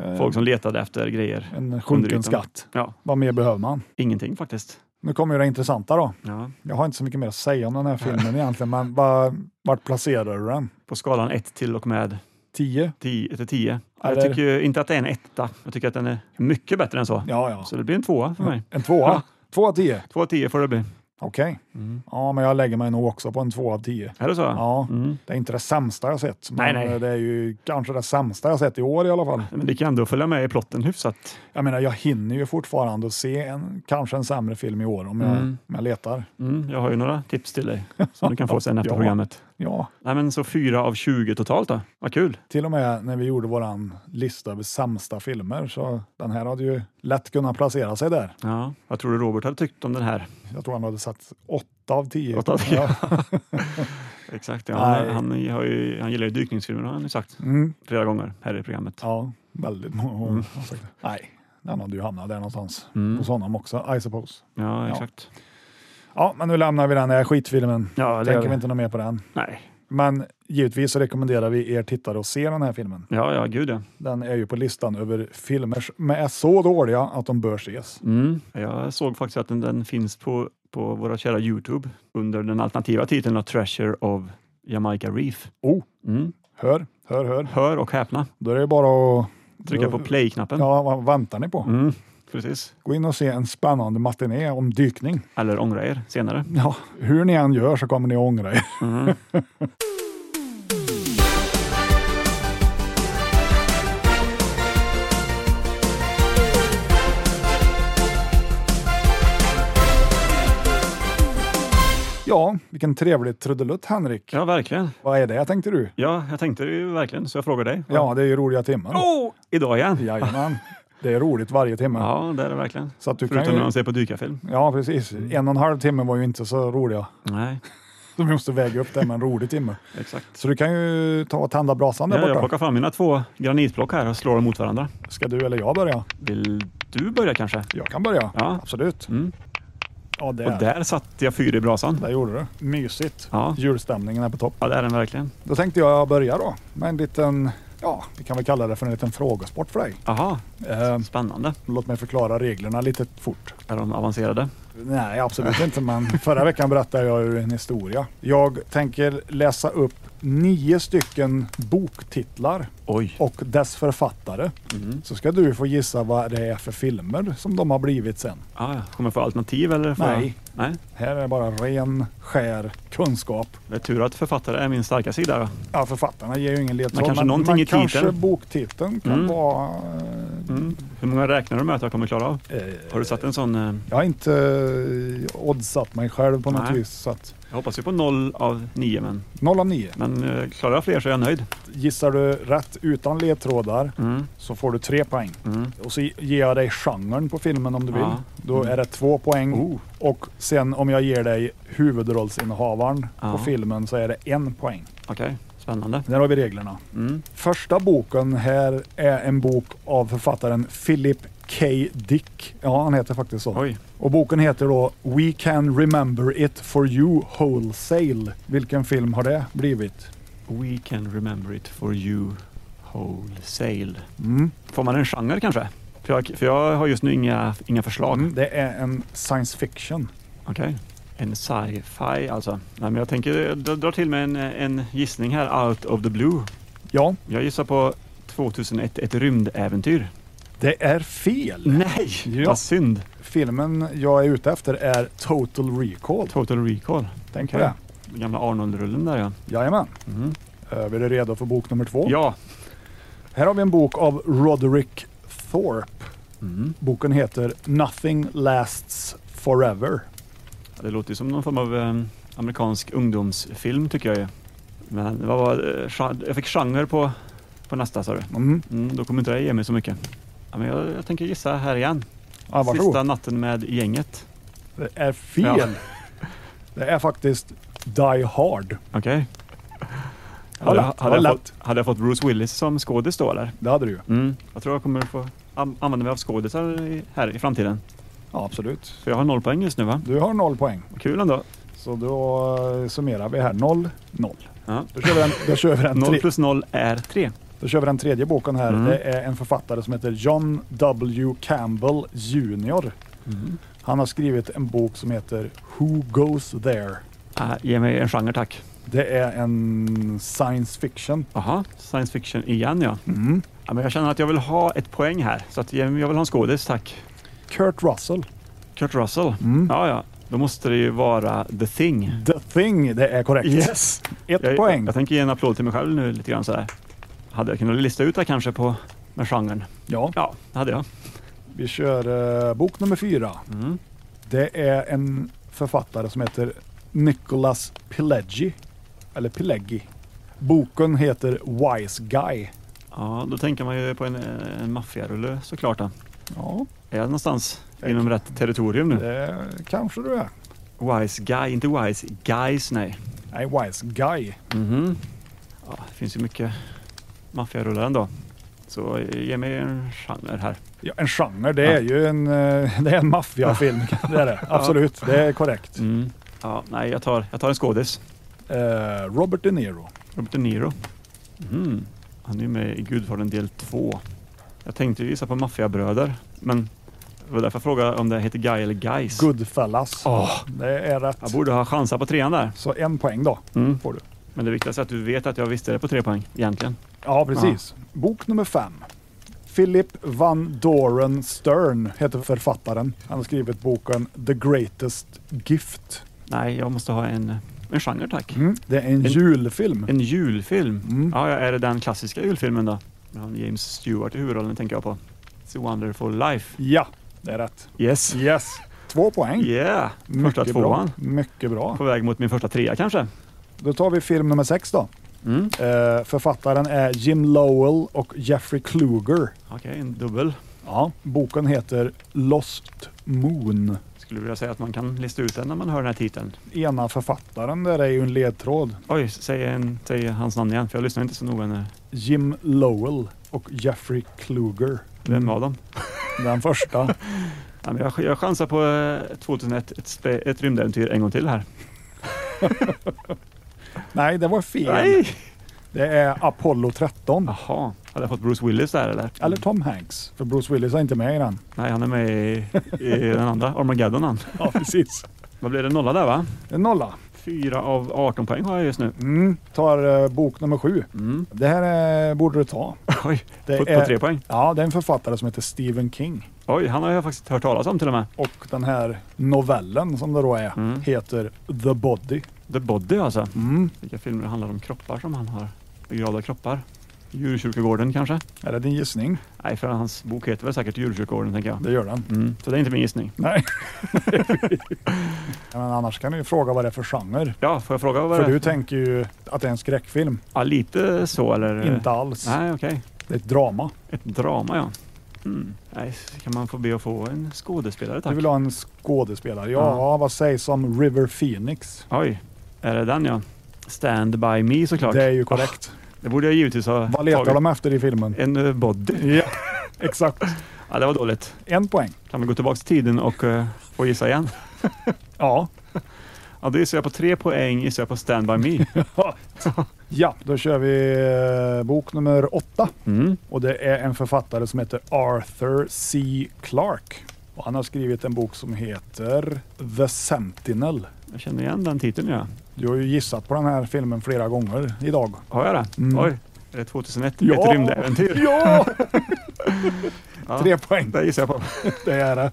Speaker 2: Eh,
Speaker 3: folk som letade efter grejer.
Speaker 2: En
Speaker 3: Under
Speaker 2: sjunken
Speaker 3: ytan.
Speaker 2: skatt.
Speaker 3: Ja,
Speaker 2: Vad mer behöver man?
Speaker 3: ingenting faktiskt.
Speaker 2: Nu kommer ju det intressanta då.
Speaker 3: Ja.
Speaker 2: Jag har inte så mycket mer att säga om den här filmen egentligen, men vad, vart placerar du den?
Speaker 3: På skalan 1 till och med
Speaker 2: 10?
Speaker 3: 10 till 10.
Speaker 2: Eller-
Speaker 3: Jag tycker ju inte att det är en etta. Jag tycker att den är mycket bättre än så.
Speaker 2: Ja, ja.
Speaker 3: Så det blir en tvåa för mig.
Speaker 2: En tvåa?
Speaker 3: Ja.
Speaker 2: Två av tio?
Speaker 3: Två av tio får det bli.
Speaker 2: Okej.
Speaker 3: Mm.
Speaker 2: Ja, men jag lägger mig nog också på en två av tio.
Speaker 3: Är det så?
Speaker 2: Ja,
Speaker 3: Mm.
Speaker 2: det är inte det sämsta jag sett, men
Speaker 3: Nej, nej.
Speaker 2: det är ju kanske det sämsta jag sett i år i alla fall.
Speaker 3: Men det kan ändå följa med i plotten hyfsat.
Speaker 2: Jag menar, jag hinner ju fortfarande att se en, kanske en sämre film i år om jag,
Speaker 3: Mm.
Speaker 2: om jag letar.
Speaker 3: Mm, jag har ju några tips till dig som du kan få sen efter
Speaker 2: Ja.
Speaker 3: programmet.
Speaker 2: Ja,
Speaker 3: Nej, men så fyra av 20 totalt då. Vad kul.
Speaker 2: till och med när vi gjorde våran lista över sämsta filmer så den här hade ju lätt kunnat placera sig där.
Speaker 3: Ja. Vad tror du Robert hade tyckt om den här?
Speaker 2: Jag tror han hade satt 8 av 10.
Speaker 3: Åtta av tio.
Speaker 2: Ja.
Speaker 3: Exakt, ja.
Speaker 2: Nej.
Speaker 3: han, han, har ju, han gillar ju dykningsfilmer har han ju sagt
Speaker 2: Mm.
Speaker 3: flera gånger här i programmet.
Speaker 2: ja, väldigt många gånger. har han sagt det. Nej, den hade ju hamnat där någonstans.
Speaker 3: Mm. Mm.
Speaker 2: Hos honom också, I suppose.
Speaker 3: Ja, exakt.
Speaker 2: Ja, men nu lämnar vi den här skitfilmen.
Speaker 3: Ja, det gör
Speaker 2: Tänker
Speaker 3: vi.
Speaker 2: vi inte något mer på den.
Speaker 3: Nej.
Speaker 2: Men givetvis så rekommenderar vi er tittare att se den här filmen.
Speaker 3: Ja, ja, gud ja.
Speaker 2: Den är ju på listan över filmer som är så dåliga att de bör ses.
Speaker 3: Mm. Jag såg faktiskt att den, den finns på, på våra kära Youtube under den alternativa titeln av Treasure of Jamaica Reef.
Speaker 2: Oh.
Speaker 3: Mm.
Speaker 2: Hör, hör, hör.
Speaker 3: Hör och häpna.
Speaker 2: Då är det bara att...
Speaker 3: Trycka på play-knappen.
Speaker 2: Ja, vad väntar ni på?
Speaker 3: Mm. Precis.
Speaker 2: Gå in och se en spännande matiné om dykning.
Speaker 3: Eller ångra er senare.
Speaker 2: Ja, hur ni än gör så kommer ni att ångra er. ja, vilken trevlig trudelutt Henrik.
Speaker 3: Ja, verkligen.
Speaker 2: Vad är det tänkte du?
Speaker 3: Ja, jag tänkte ju verkligen, så jag frågar dig.
Speaker 2: Ja, det är ju roliga timmar.
Speaker 3: Oh, idag igen! Ja,
Speaker 2: Jajamän. Det är roligt varje timme.
Speaker 3: det är det verkligen.
Speaker 2: Så att du
Speaker 3: Förutom
Speaker 2: kan
Speaker 3: när
Speaker 2: ju...
Speaker 3: man ser på dykarfilm.
Speaker 2: Ja, precis. En och en halv timme var ju inte så roliga.
Speaker 3: Nej,
Speaker 2: Så vi måste väga upp det med en rolig timme.
Speaker 3: exakt.
Speaker 2: Så du kan ju ta och tända brasan där
Speaker 3: Ja, jag
Speaker 2: borta.
Speaker 3: plockar fram mina två granitblock här och slår dem mot varandra.
Speaker 2: Ska du eller jag börja?
Speaker 3: Vill du börja kanske?
Speaker 2: Jag kan börja.
Speaker 3: Ja.
Speaker 2: Absolut.
Speaker 3: Mm.
Speaker 2: Ja, där.
Speaker 3: Och där satte jag fyr i brasan.
Speaker 2: Där gjorde du. Mysigt.
Speaker 3: Ja.
Speaker 2: Julstämningen är på topp.
Speaker 3: Ja, det är den verkligen.
Speaker 2: Då tänkte jag börja då med en liten, ja, vi kan väl kalla det för en liten frågesport för dig.
Speaker 3: Aha,
Speaker 2: Eh,
Speaker 3: spännande.
Speaker 2: låt mig förklara reglerna lite fort.
Speaker 3: Är de avancerade?
Speaker 2: Nej, absolut inte, men förra veckan berättade jag ju en historia. Jag tänker läsa upp nio stycken boktitlar
Speaker 3: Oj.
Speaker 2: och dess författare.
Speaker 3: Mm.
Speaker 2: Så ska du få gissa vad det är för filmer som de har blivit sen.
Speaker 3: Ah, ja. kommer jag få alternativ eller? Får
Speaker 2: Nej.
Speaker 3: Jag? Nej.
Speaker 2: Här är bara ren, skär kunskap.
Speaker 3: Det är tur att författare är min starka sida. då.
Speaker 2: Ja, författarna ger ju ingen ledtråd.
Speaker 3: Men kanske någonting i
Speaker 2: kanske
Speaker 3: titeln.
Speaker 2: boktiteln kan
Speaker 3: Mm.
Speaker 2: vara...
Speaker 3: Mm. Hur många räknar du med att jag kommer klara av?
Speaker 2: Eh,
Speaker 3: Har du satt en sån? Eh,
Speaker 2: jag har inte eh, oddsatt mig själv på något
Speaker 3: Nej.
Speaker 2: vis. Så att,
Speaker 3: jag hoppas ju på noll av nio, men,
Speaker 2: 0 av 9.
Speaker 3: men eh, klarar jag fler så är jag nöjd.
Speaker 2: Gissar du rätt utan ledtrådar
Speaker 3: Mm.
Speaker 2: så får du tre poäng.
Speaker 3: Mm.
Speaker 2: Och så ger jag dig genren på filmen om du vill.
Speaker 3: Ja. Oh.
Speaker 2: Då är det två poäng. Och sen om jag ger dig huvudrollsinnehavaren
Speaker 3: Ja.
Speaker 2: på filmen så är det en poäng.
Speaker 3: Okej, spännande.
Speaker 2: Där har vi reglerna.
Speaker 3: Mm.
Speaker 2: Första boken här är en bok av författaren Philip K. Dick. Ja, han heter faktiskt så.
Speaker 3: Oj,
Speaker 2: Och boken heter då We Can Remember It For You Wholesale. Vilken film har det blivit?
Speaker 3: We can remember it for you wholesale.
Speaker 2: Mm.
Speaker 3: Får man en genre kanske? För jag, för jag har just nu inga, inga förslag.
Speaker 2: Mm, Det är en science fiction.
Speaker 3: Okej. En sci-fi alltså. Nej, men jag tänker dra dra till med en, eh, en gissning här, out of the blue.
Speaker 2: Ja,
Speaker 3: Jag gissar på 2001, ett rymdäventyr.
Speaker 2: det är fel.
Speaker 3: Nej,
Speaker 2: Ja.
Speaker 3: vad synd.
Speaker 2: Filmen jag är ute efter är Total Recall.
Speaker 3: Total Recall.
Speaker 2: Tänk på
Speaker 3: Okej.
Speaker 2: det.
Speaker 3: Den gamla Arnold-rullen där ja.
Speaker 2: Jajamän.
Speaker 3: Mm.
Speaker 2: Eh, Är du redo för bok nummer två?
Speaker 3: Ja.
Speaker 2: Här har vi en bok av Roderick Thorpe.
Speaker 3: Mm.
Speaker 2: Boken heter Nothing Lasts Forever.
Speaker 3: Ja, Det låter ju som någon form av eh, amerikansk ungdomsfilm tycker jag ju. Men vad var eh, gen- Jag fick genre på, på nästa sa du.
Speaker 2: Mm.
Speaker 3: Mm, då kommer inte det ge mig så mycket. Ja, men jag, jag tänker gissa här igen.
Speaker 2: Ja, varsågod.
Speaker 3: Sista natten med gänget.
Speaker 2: Det är fel.
Speaker 3: Ja.
Speaker 2: Det är faktiskt Die Hard.
Speaker 3: Okej.
Speaker 2: Vad
Speaker 3: Hade,
Speaker 2: lätt,
Speaker 3: hade,
Speaker 2: vad
Speaker 3: jag
Speaker 2: lätt.
Speaker 3: fått, hade jag fått Bruce Willis som skådis då eller?
Speaker 2: Det hade du ju.
Speaker 3: Mm. Jag tror jag kommer få an- använda mig av skådisar i- här i framtiden.
Speaker 2: Ja, absolut.
Speaker 3: För jag har noll poäng just nu va?
Speaker 2: Du har noll poäng.
Speaker 3: Kul ändå.
Speaker 2: Så då eh, summerar vi här. Noll, noll.
Speaker 3: Ja.
Speaker 2: Då kör vi den, då kör vi den,
Speaker 3: Noll
Speaker 2: tre,
Speaker 3: plus noll är tre.
Speaker 2: då kör vi den tredje boken här.
Speaker 3: Mm.
Speaker 2: Det är en författare som heter John W. Campbell Jr.
Speaker 3: Mm.
Speaker 2: Han har skrivit en bok som heter Who Goes There?
Speaker 3: Ah, ge mig en genre tack.
Speaker 2: Det är en science fiction.
Speaker 3: Aha, science fiction igen ja.
Speaker 2: Mm.
Speaker 3: ja men jag känner att jag vill ha ett poäng här. Så att jag jag vill ha en skådis tack.
Speaker 2: Kurt Russell.
Speaker 3: Kurt Russell.
Speaker 2: Mm.
Speaker 3: Ja, ja. Då måste det ju vara The Thing.
Speaker 2: The Thing, det är korrekt.
Speaker 3: Yes!
Speaker 2: Ett
Speaker 3: Jag,
Speaker 2: poäng.
Speaker 3: jag tänker ge en applåd till mig själv nu lite grann så här. Hade jag kunnat lista ut det kanske på med genren?
Speaker 2: Ja,
Speaker 3: Ja, det hade jag.
Speaker 2: vi kör eh, bok nummer fyra.
Speaker 3: Mm.
Speaker 2: Det är en författare som heter Nicholas Pileggi. Eller Pileggi. Boken heter Wise Guy.
Speaker 3: Ja, då tänker man ju på en, eh, en maffiarulle såklart. Då.
Speaker 2: Ja,
Speaker 3: Är jag någonstans inom rätt territorium nu?
Speaker 2: det kanske du är.
Speaker 3: Wise guy, inte wise guys, nej.
Speaker 2: Nej, Wise Guy.
Speaker 3: Mhm. Ja, det finns ju mycket maffiarullar ändå. Så ge mig en genre här.
Speaker 2: Ja, en genre, det är ju en, eh, det är en maffiafilm. det är det. Absolut, det är korrekt.
Speaker 3: Mm. Ja, nej, jag tar, jag tar en skådis.
Speaker 2: Eh, Robert De Niro.
Speaker 3: Robert De Niro.
Speaker 2: Mm.
Speaker 3: Mhm. Han är ju med i Gudfadern del 2. Jag tänkte ju gissa på Maffiabröder, men det var därför jag frågade om det heter Guy eller Guys.
Speaker 2: Goodfellas.
Speaker 3: Åh.
Speaker 2: Det är
Speaker 3: Jag
Speaker 2: rätt.
Speaker 3: borde ha chansat på trean där.
Speaker 2: Så en poäng då
Speaker 3: Mm.
Speaker 2: får du.
Speaker 3: Men det viktigaste är att du vet att jag visste det på tre poäng egentligen.
Speaker 2: Ja, precis. Bok nummer fem. Philip Van Doren Stern heter författaren. Han har skrivit boken The Greatest Gift.
Speaker 3: Nej, jag måste ha en, en genre tack.
Speaker 2: Mm. Det är en, julfilm.
Speaker 3: En julfilm.
Speaker 2: Mm.
Speaker 3: Ja, ja, är det den klassiska julfilmen då? Med han James Stewart i huvudrollen tänker jag på. It's a wonderful life.
Speaker 2: Ja, det är rätt.
Speaker 3: Yes.
Speaker 2: Yes. Två poäng.
Speaker 3: Yeah! Första
Speaker 2: Mycket
Speaker 3: tvåan.
Speaker 2: Bra. Mycket bra.
Speaker 3: På väg mot min första trea kanske.
Speaker 2: Då tar vi film nummer sex då.
Speaker 3: Mm.
Speaker 2: Eh, författaren är Jim Lowell och Jeffrey Kluger.
Speaker 3: Okej, en dubbel.
Speaker 2: Ja, boken heter Lost Moon.
Speaker 3: Skulle vilja säga att man kan lista ut den när man hör den här titeln.
Speaker 2: Ena författaren där är ju en ledtråd.
Speaker 3: Oj, säg, en, säg hans namn igen för jag lyssnar inte så noga när...
Speaker 2: Jim Lowell och Jeffrey Kluger.
Speaker 3: Vem var de?
Speaker 2: Den första.
Speaker 3: Ja, men jag, jag chansar på eh, 2001, ett, spe, ett rymdäventyr en gång till här.
Speaker 2: Nej, det var fel.
Speaker 3: Nej! Ah.
Speaker 2: Det är Apollo 13.
Speaker 3: Jaha, hade jag fått Bruce Willis där eller?
Speaker 2: Eller Tom Hanks, för Bruce Willis är inte med i den.
Speaker 3: Nej, han är med i, i den andra, Armageddon han.
Speaker 2: Ja, precis.
Speaker 3: Vad blev det, nolla där va?
Speaker 2: En nolla.
Speaker 3: Fyra av 18 poäng har jag just nu.
Speaker 2: Mm, tar eh, bok nummer sju.
Speaker 3: Mm.
Speaker 2: Det här eh, borde du ta.
Speaker 3: Oj,
Speaker 2: Det
Speaker 3: på, på
Speaker 2: är-
Speaker 3: tre poäng.
Speaker 2: Ja, det är en författare som heter Stephen King.
Speaker 3: Oj, han har jag faktiskt hört talas om till och med.
Speaker 2: Och den här novellen som det då är
Speaker 3: Mm.
Speaker 2: heter The Body.
Speaker 3: The Body alltså.
Speaker 2: Mm.
Speaker 3: Vilka filmer handlar om kroppar som han har? Begravda kroppar? Djurkyrkogården kanske?
Speaker 2: Är det din gissning?
Speaker 3: Nej, för hans bok heter väl säkert Djurkyrkogården tänker jag.
Speaker 2: Det gör den.
Speaker 3: Mm. Så det är inte min gissning.
Speaker 2: Nej. Men annars kan du ju fråga vad det är för genre.
Speaker 3: Ja, får jag fråga vad
Speaker 2: För
Speaker 3: det
Speaker 2: du
Speaker 3: är?
Speaker 2: tänker ju att det är en skräckfilm.
Speaker 3: Ja, lite så eller?
Speaker 2: Inte alls.
Speaker 3: Nej, okej.
Speaker 2: Det är ett drama.
Speaker 3: Ett drama ja. Mm. Nej, så kan man få be att få en skådespelare
Speaker 2: Du
Speaker 3: tack?
Speaker 2: vill ha en skådespelare. Ja,
Speaker 3: Ja.
Speaker 2: vad sägs om River Phoenix?
Speaker 3: Oj, är det den ja? Stand by me såklart.
Speaker 2: Det är ju
Speaker 3: Ah,
Speaker 2: korrekt.
Speaker 3: det borde jag givetvis ha
Speaker 2: Vad letar
Speaker 3: tagit.
Speaker 2: de efter i filmen?
Speaker 3: En eh, body.
Speaker 2: Ja, exakt.
Speaker 3: Ja, det var dåligt.
Speaker 2: En poäng.
Speaker 3: Kan vi gå tillbaka till tiden och, eh, och gissa igen?
Speaker 2: Ja.
Speaker 3: Ja, då gissar jag på tre poäng, gissar jag på Stand by me.
Speaker 2: ja, då kör vi eh, bok nummer åtta.
Speaker 3: Mm.
Speaker 2: Och det är en författare som heter Arthur C. Clarke. Och han har skrivit en bok som heter The Sentinel.
Speaker 3: Jag känner igen den titeln ja.
Speaker 2: Du har ju gissat på den här filmen flera gånger idag.
Speaker 3: Har jag det?
Speaker 2: Mm.
Speaker 3: Oj, är det 2001?
Speaker 2: Ja.
Speaker 3: Ett rymdäventyr?
Speaker 2: Ja!
Speaker 3: Ja,
Speaker 2: Tre poäng,
Speaker 3: Det gissar jag på.
Speaker 2: det är det.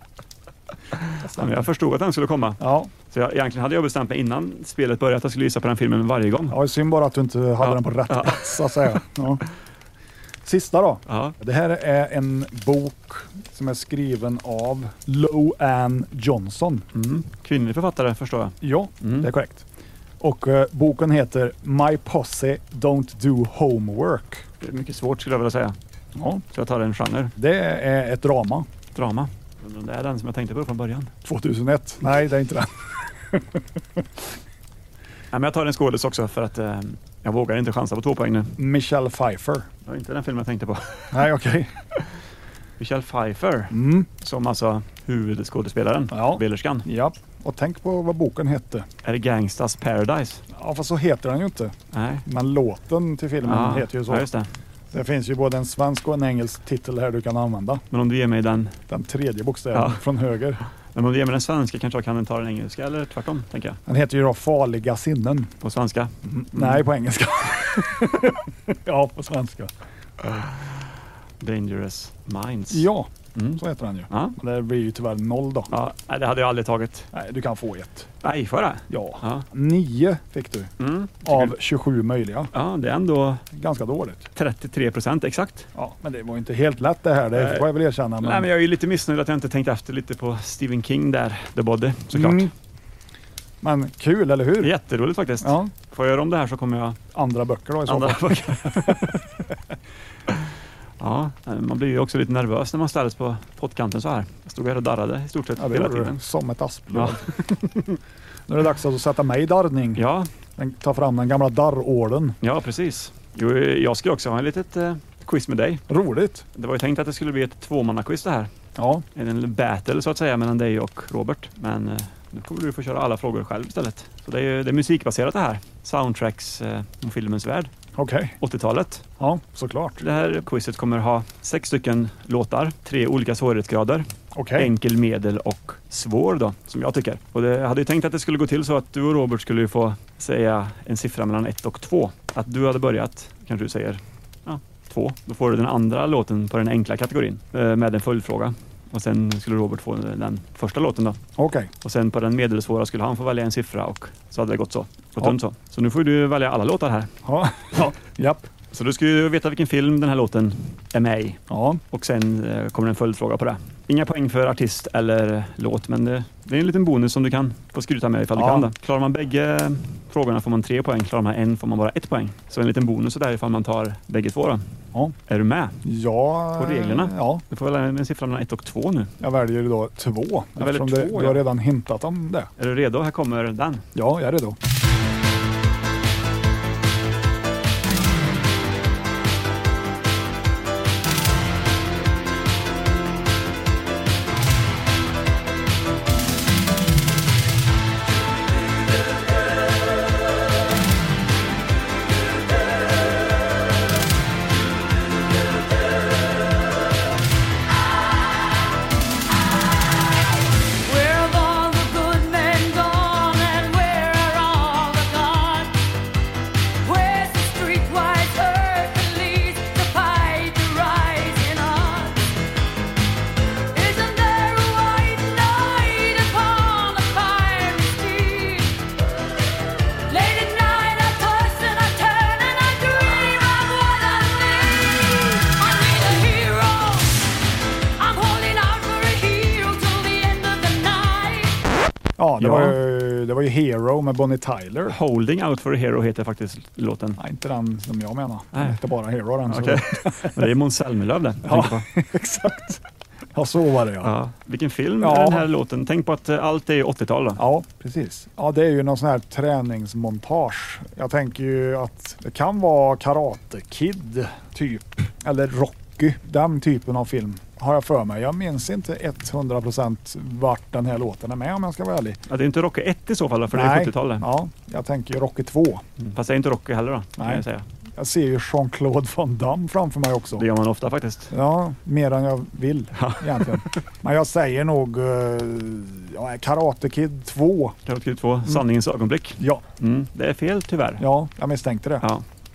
Speaker 3: Ja, men Jag förstod att den skulle komma.
Speaker 2: Ja,
Speaker 3: Så jag, egentligen hade jag bestämt mig innan spelet började att jag skulle gissa på den filmen varje gång.
Speaker 2: ja synd bara att du inte hade
Speaker 3: Ja.
Speaker 2: den på rätt
Speaker 3: Ja.
Speaker 2: plats så att säga. Ja. Sista då.
Speaker 3: Ja.
Speaker 2: Det här är en bok som är skriven av Lo-Ann Johnson.
Speaker 3: Mm. Kvinnlig författare förstår jag.
Speaker 2: Ja,
Speaker 3: Mm.
Speaker 2: det är korrekt. Och eh, boken heter My Posse Don't Do Homework.
Speaker 3: Det är mycket svårt skulle jag vilja säga.
Speaker 2: Ja,
Speaker 3: Så jag tar en genre,
Speaker 2: det är ett drama.
Speaker 3: drama. Undrar om det är den som jag tänkte på från början.
Speaker 2: 2001. Nej, det är inte den.
Speaker 3: Ja, men jag tar en skådis också för att eh, jag vågar inte chansa på två poäng nu.
Speaker 2: Michelle Pfeiffer.
Speaker 3: Det var inte den filmen jag tänkte på.
Speaker 2: Nej, okej.
Speaker 3: Michelle Pfeiffer
Speaker 2: Mm.
Speaker 3: som alltså huvudskådespelaren,
Speaker 2: Ja.
Speaker 3: spelerskan.
Speaker 2: Ja, och tänk på vad boken hette.
Speaker 3: Är det Gangstas Paradise?
Speaker 2: Ja, fast så heter den ju inte.
Speaker 3: Nej.
Speaker 2: Men låten till filmen
Speaker 3: Ja,
Speaker 2: heter ju så.
Speaker 3: Ja, just det.
Speaker 2: det finns ju både en svensk och en engelsk titel här du kan använda.
Speaker 3: Men om du ger mig den,
Speaker 2: Den tredje bokstäven
Speaker 3: Ja.
Speaker 2: från höger.
Speaker 3: men om du ger mig den svenska kanske jag kan ta den engelska eller tvärtom, tänker jag.
Speaker 2: Den heter ju då Farliga sinnen.
Speaker 3: På svenska.
Speaker 2: Nej, på engelska. ja, på svenska.
Speaker 3: Dangerous Minds.
Speaker 2: Ja,
Speaker 3: Mm.
Speaker 2: så heter den ju.
Speaker 3: Ja.
Speaker 2: Men det blir ju tyvärr noll då.
Speaker 3: ja. Nej, det hade jag aldrig tagit.
Speaker 2: Nej, du kan få ett.
Speaker 3: Nej, får jag det?
Speaker 2: Ja.
Speaker 3: Ja.
Speaker 2: Nio fick du
Speaker 3: Mm.
Speaker 2: av 27 möjliga.
Speaker 3: ja, det är ändå
Speaker 2: Ganska dåligt.
Speaker 3: 33 procent exakt.
Speaker 2: Ja, men det var ju inte helt lätt det här, det
Speaker 3: Nej.
Speaker 2: får jag väl erkänna.
Speaker 3: Nej, men jag är ju lite missnöjd att jag inte tänkt efter lite på Stephen King där, The Body, såklart.
Speaker 2: Mm. Men kul, eller hur?
Speaker 3: Jätteroligt faktiskt.
Speaker 2: Ja.
Speaker 3: Får jag göra om det här så kommer jag
Speaker 2: Andra böcker då i så
Speaker 3: andra
Speaker 2: fall.
Speaker 3: böcker. ja, man blir ju också lite nervös när man ställs på pottkanten så här. Jag stod här och darrade i stort sett
Speaker 2: Ja, det
Speaker 3: hela
Speaker 2: gjorde du.
Speaker 3: tiden.
Speaker 2: Som ett asplöv.
Speaker 3: Ja.
Speaker 2: Nu är det dags att sätta mig i darrning.
Speaker 3: Ja,
Speaker 2: Den- Ta fram den gamla darrålen.
Speaker 3: ja, precis. Jo, jag ska också ha en litet eh, quiz med dig.
Speaker 2: Roligt.
Speaker 3: Det var ju tänkt att det skulle bli ett tvåmannaquiz det här.
Speaker 2: Ja,
Speaker 3: En battle så att säga mellan dig och Robert. Men eh, nu kommer du få köra alla frågor själv istället. Så det är, ju, det är musikbaserat det här. Soundtracks eh, om filmens värld.
Speaker 2: okej.
Speaker 3: 80-talet.
Speaker 2: Ja, såklart.
Speaker 3: Det här quizet kommer ha sex stycken låtar, tre olika svårighetsgrader.
Speaker 2: Okej.
Speaker 3: Enkel, medel och svår då, som jag tycker. Och det, jag hade ju tänkt att det skulle gå till så att du och Robert skulle ju få säga en siffra mellan ett och två. Att du hade börjat, kanske du säger ja, två. Då får du den andra låten på den enkla kategorin eh, med en följdfråga. Och sen skulle Robert få den första låten då.
Speaker 2: Okej.
Speaker 3: Och sen på den medelsvåra skulle han få välja en siffra och så hade det gått så. Gått
Speaker 2: Ja.
Speaker 3: runt så. Så nu får du välja alla låtar här.
Speaker 2: Ja.
Speaker 3: Ja.
Speaker 2: Japp.
Speaker 3: Så du ska ju veta vilken film den här låten är med i.
Speaker 2: Ja.
Speaker 3: Och sen eh, kommer en följdfråga på det. Inga poäng för artist eller eh, låt, men det, det är en liten bonus som du kan få skryta med ifall du
Speaker 2: Ja.
Speaker 3: kan. Då. Klarar man bägge frågorna får man tre poäng, klarar man en får man bara ett poäng. Så en liten bonus där ifall man tar bägge två. Då.
Speaker 2: Ja.
Speaker 3: Är du med?
Speaker 2: Ja.
Speaker 3: Och reglerna?
Speaker 2: Ja,
Speaker 3: Du får välja en siffra mellan ett och två nu.
Speaker 2: jag väljer då två.
Speaker 3: väljer
Speaker 2: Eftersom det,
Speaker 3: två,
Speaker 2: du har
Speaker 3: ja.
Speaker 2: redan hintat om det.
Speaker 3: Är du redo? Här kommer den.
Speaker 2: Ja, jag är redo.
Speaker 5: Where have all the good men gone and where are all the gods? Where's the streetwise earth that leads to fight the rising odds? Isn't there a white knight upon the fiery steed? Late at night I toss and I turn and I dream of what I need. I need a hero. I'm holding out for a hero till the end of the night.
Speaker 2: Ja, det,
Speaker 3: Ja.
Speaker 2: Var ju, det var ju Hero med Bonnie Tyler.
Speaker 3: Holding out for a hero heter faktiskt låten.
Speaker 2: Nej, inte den som jag menar.
Speaker 3: Nej.
Speaker 2: Inte bara Hero den. så-
Speaker 3: Okej. Men det är Måns Zelmerlöw det. jag tänker på.
Speaker 2: Exakt. Ja, så var det ja.
Speaker 3: Ja. Vilken film
Speaker 2: Ja.
Speaker 3: är den här låten? Tänk på att eh, allt är ju 80-tal då.
Speaker 2: Ja, precis. Ja, det är ju någon sån här träningsmontage. Jag tänker ju att det kan vara Karate Kid, typ. Eller Rocky. Den typen av film har jag för mig. Jag minns inte 100% vart den här låten är med om jag ska vara ärlig.
Speaker 3: Ja, det är inte Rocky 1 i så fall, då, för det är
Speaker 2: Nej.
Speaker 3: 70-tal. det.
Speaker 2: Ja, jag tänker ju Rocky 2.
Speaker 3: Fast det är inte Rocky heller då, kan
Speaker 2: Nej.
Speaker 3: jag säga.
Speaker 2: Jag ser ju Jean-Claude Van Damme framför mig också.
Speaker 3: Det gör man ofta faktiskt.
Speaker 2: Ja, mer än jag vill egentligen. Men jag säger nog eh, ja, Karate Kid 2.
Speaker 3: Karate Kid 2, Sanningens ögonblick.
Speaker 2: Ja,
Speaker 3: Mm, det är fel tyvärr. Ja.
Speaker 2: ja, jag misstänkte det.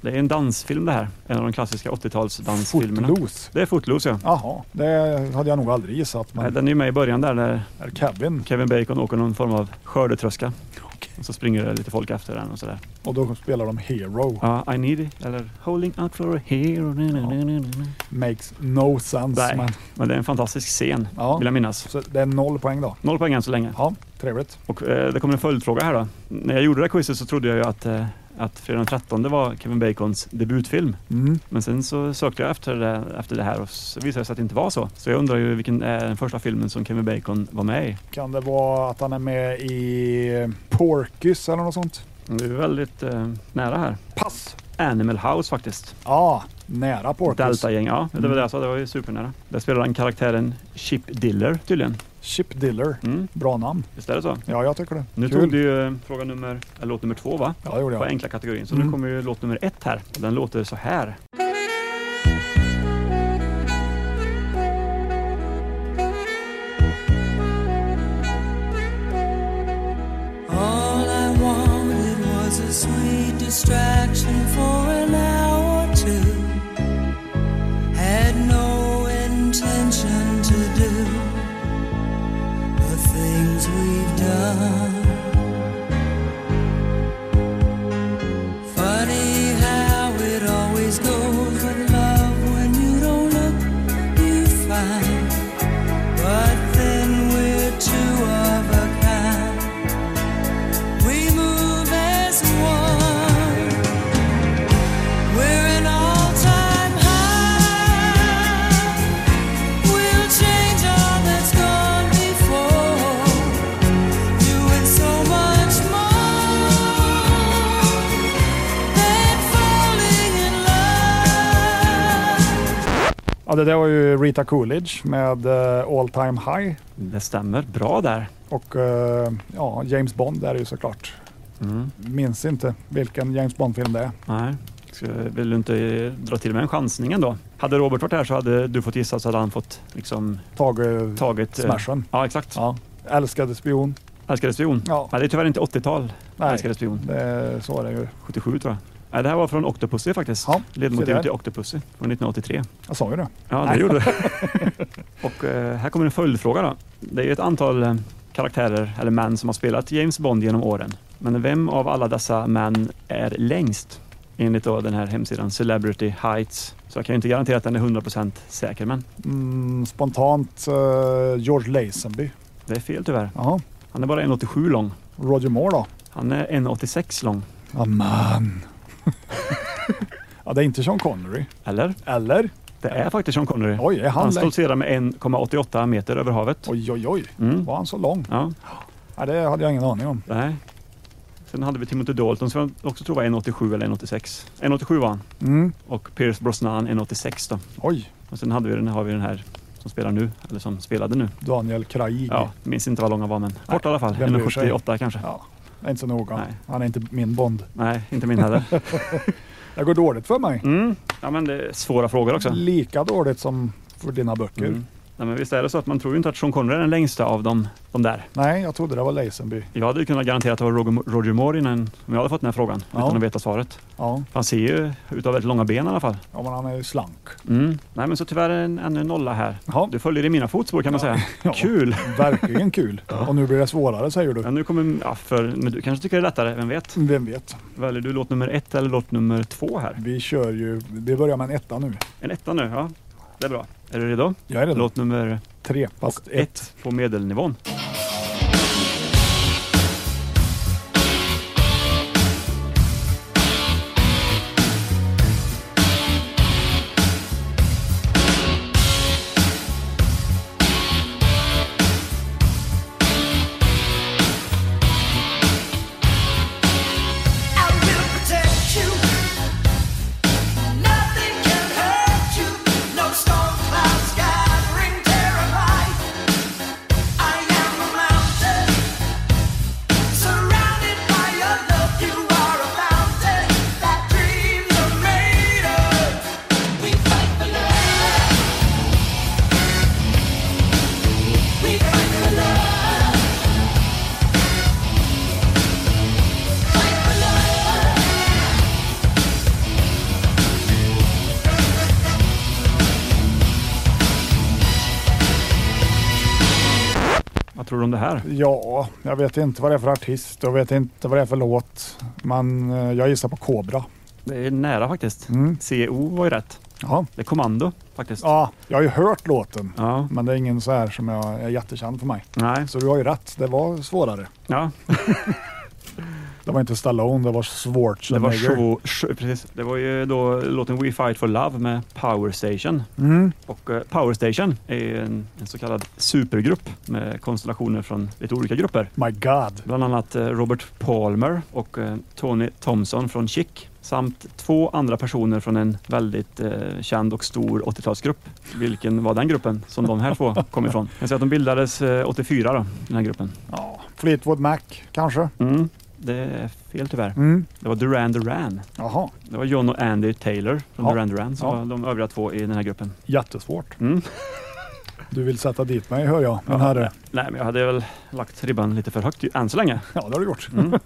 Speaker 3: Det är en dansfilm det här. En av de klassiska 80-tals dansfilmerna.
Speaker 2: Footloose.
Speaker 3: Det är Footloose ja.
Speaker 2: Jaha, det hade jag nog aldrig gissat.
Speaker 3: Nej,
Speaker 2: Men
Speaker 3: Den är ju med i början där när
Speaker 2: är Kevin
Speaker 3: Kevin Bacon åker någon form av skördetröska. Och så springer det lite folk efter den och sådär.
Speaker 2: och då spelar de Hero.
Speaker 3: Ja, I need it, eller Holding out for a hero. na, na, na, na, na.
Speaker 2: Makes no sense.
Speaker 3: Nej,
Speaker 2: Men,
Speaker 3: men det är en fantastisk scen,
Speaker 2: Ja.
Speaker 3: vill jag minnas.
Speaker 2: så det är noll poäng då.
Speaker 3: Noll poäng än så länge.
Speaker 2: Ja, trevligt.
Speaker 3: Och eh, det kommer en följdfråga här då. När jag gjorde det här quizet så trodde jag ju att, eh, att Fredag den 13 var Kevin Bacons debutfilm.
Speaker 2: Mm.
Speaker 3: Men sen så sökte jag efter det, efter det här och så visade det sig att det inte var så. Så jag undrar ju vilken är den första filmen som Kevin Bacon var med i?
Speaker 2: Kan det vara att han är med i Porkys eller något sånt?
Speaker 3: Du är väldigt eh, nära här.
Speaker 2: Pass!
Speaker 3: Animal House faktiskt.
Speaker 2: Ja, nära Porkys.
Speaker 3: Delta-gäng, ja. Det
Speaker 2: Mm.
Speaker 3: var det jag sa, det var ju supernära. Där spelar han karaktären Chip Diller tydligen.
Speaker 2: Chip Diller.
Speaker 3: Mm,
Speaker 2: Bra namn.
Speaker 3: visst är det så?
Speaker 2: Ja, jag tycker det.
Speaker 3: Nu tog du ju eh, fråga nummer, eller låt nummer två va?
Speaker 2: Ja, det gjorde
Speaker 3: På
Speaker 2: jag.
Speaker 3: enkla kategorin. Så nu
Speaker 2: Mm.
Speaker 3: kommer ju låt nummer ett här. Och den låter så här.
Speaker 6: All I wanted was a sweet distraction for an hour or two. Had no intention to do the things we've done. Funny how it always goes with love when you don't look, you find. But then we're two of a kind. We move as one. We're an all-time high. We'll change all that's gone before, doing so much more than falling in love.
Speaker 2: Ja, det där var ju Rita Coolidge med eh, All Time High
Speaker 3: Det stämmer bra där.
Speaker 2: och eh, ja, James Bond är det ju såklart.
Speaker 3: Mm.
Speaker 2: Minns inte vilken James Bond-film det är.
Speaker 3: Nej, ska, vill du inte eh, dra till med en chansning ändå? Hade Robert varit här så hade du fått gissa så hade han fått liksom
Speaker 2: Tage
Speaker 3: tagit... eh,
Speaker 2: Smashen.
Speaker 3: Ja, exakt.
Speaker 2: Ja. Älskade spion.
Speaker 3: Älskade spion.
Speaker 2: Ja.
Speaker 3: Nej, det är tyvärr inte 80-tal.
Speaker 2: Nej,
Speaker 3: Älskade spion.
Speaker 2: det, så är det ju.
Speaker 3: 77 tror jag. Nej, det här var från Octopussy faktiskt.
Speaker 2: Ja, se där.
Speaker 3: Ledmotivet till Octopussy från 1983.
Speaker 2: Jag sa ju det.
Speaker 3: Ja, det gjorde det. Och eh, här kommer en följdfråga då. Det är ju ett antal eh, karaktärer eller män som har spelat James Bond genom åren. Men vem av alla dessa män är längst? Enligt då den här hemsidan Celebrity Heights. Så jag kan ju inte garantera att den är 100% säker, men
Speaker 2: Mm, spontant eh, George Lazenby.
Speaker 3: det är fel tyvärr.
Speaker 2: Jaha.
Speaker 3: Han är bara 1,87 lång.
Speaker 2: Roger Moore då?
Speaker 3: Han är 1,86 lång.
Speaker 2: Amen. ja, det är inte Sean Connery.
Speaker 3: Eller?
Speaker 2: Eller?
Speaker 3: Det är faktiskt Sean Connery.
Speaker 2: Oj, är han
Speaker 3: Han
Speaker 2: längst?
Speaker 3: stoltserar med 1,88 meter över havet.
Speaker 2: Oj, oj, oj.
Speaker 3: Mm.
Speaker 2: Var han så lång?
Speaker 3: Ja,
Speaker 2: Nej, det hade jag ingen aning om.
Speaker 3: nej. Sen hade vi Timothy Dalton som jag också tror var 1,87 eller 1,86. 1,87 var han.
Speaker 2: Mm.
Speaker 3: och Pierce Brosnan 1,86 då.
Speaker 2: Oj,
Speaker 3: Och sen hade vi den, har vi den här som spelar nu, eller som spelade nu.
Speaker 2: Daniel Craig.
Speaker 3: Ja, minns inte vad lång han var men kort i alla fall.
Speaker 2: vem bryr sig?
Speaker 3: 1,78 kanske.
Speaker 2: Ja, det är inte så noga.
Speaker 3: Nej.
Speaker 2: Han är inte min Bond.
Speaker 3: Nej, inte min heller.
Speaker 2: Det går dåligt för mig.
Speaker 3: Mm. Ja men det är svåra frågor också.
Speaker 2: Lika dåligt som för dina böcker.
Speaker 3: Mm. Nej, men visst är det så att man tror ju inte att Sean Connery är den längsta av dem, de där.
Speaker 2: Nej, jag trodde det var Lazenby.
Speaker 3: Jag hade ju kunnat garantera att det var Roger- Roger Moore innan om jag hade fått den här frågan
Speaker 2: Ja.
Speaker 3: utan att veta svaret.
Speaker 2: Ja,
Speaker 3: Han ser ju ut av väldigt långa ben i alla fall.
Speaker 2: ja men han är ju slank.
Speaker 3: Mm. Nej men så tyvärr är en, ännu en nolla här.
Speaker 2: Ja,
Speaker 3: Du följer i mina fotspår kan man säga.
Speaker 2: Ja.
Speaker 3: Kul!
Speaker 2: verkligen kul. Och nu blir det svårare säger
Speaker 3: Ja,
Speaker 2: du.
Speaker 3: nu kommer, ja, för, men du kanske tycker det är lättare, vem vet?
Speaker 2: Vem vet?
Speaker 3: Väljer du låt nummer ett eller låt nummer två här?
Speaker 2: Vi kör ju, vi börjar med en etta nu.
Speaker 3: En etta nu, ja. Det är bra. Är du redo?
Speaker 2: Jag är redo.
Speaker 3: Låt nummer
Speaker 2: Tre, fast ett.
Speaker 3: ett på medelnivån.
Speaker 5: I will protect you. Nothing can hurt you. No storm clouds gathering terrify. I am a mountain surrounded by your love. You are a mountain that dreams are made of. We fight for love. We fight for love. Fight for love.
Speaker 3: Vad tror du om det här?
Speaker 2: Ja, jag vet inte vad det är för artist. Jag vet inte vad det är för låt. Men eh, jag gissar på Cobra.
Speaker 3: Det är nära faktiskt.
Speaker 2: Mm.
Speaker 3: CO var ju rätt.
Speaker 2: Ja.
Speaker 3: Det är kommando faktiskt.
Speaker 2: ja, jag har ju hört låten.
Speaker 3: Ja.
Speaker 2: Men det är ingen så här som jag är jättekänd för mig.
Speaker 3: Nej.
Speaker 2: Så du har ju rätt, det var svårare.
Speaker 3: Ja.
Speaker 2: Det var inte Stallone, det var
Speaker 3: Det var,
Speaker 2: Schwarzenegger.
Speaker 3: show, show, precis. det var ju då låten We Fight For Love med Power Station.
Speaker 2: Mm.
Speaker 3: Och eh, Power Station är ju en, en så kallad supergrupp med konstellationer från lite olika grupper.
Speaker 2: My God.
Speaker 3: Bland annat eh, Robert Palmer och eh, Tony Thompson från Chic samt två andra personer från en väldigt eh, känd och stor 80-talsgrupp. Vilken var den gruppen som de här två kom ifrån? Jag säger att de bildades eh, 84 då, den här gruppen.
Speaker 2: Ja. Fleetwood Mac kanske?
Speaker 3: Mm, det är fel tyvärr.
Speaker 2: Mm.
Speaker 3: Det var Duran Duran.
Speaker 2: Jaha,
Speaker 3: Det var John och Andy Taylor från
Speaker 2: Ja.
Speaker 3: Duran Duran som
Speaker 2: Ja.
Speaker 3: var de övriga två i den här gruppen.
Speaker 2: jättesvårt.
Speaker 3: Mm.
Speaker 2: Du vill sätta dit mig hör jag, men
Speaker 3: Ja.
Speaker 2: herre.
Speaker 3: Nej, men jag hade väl lagt ribban lite för högt ju- än så länge.
Speaker 2: Ja, det har du gjort.
Speaker 3: Mm.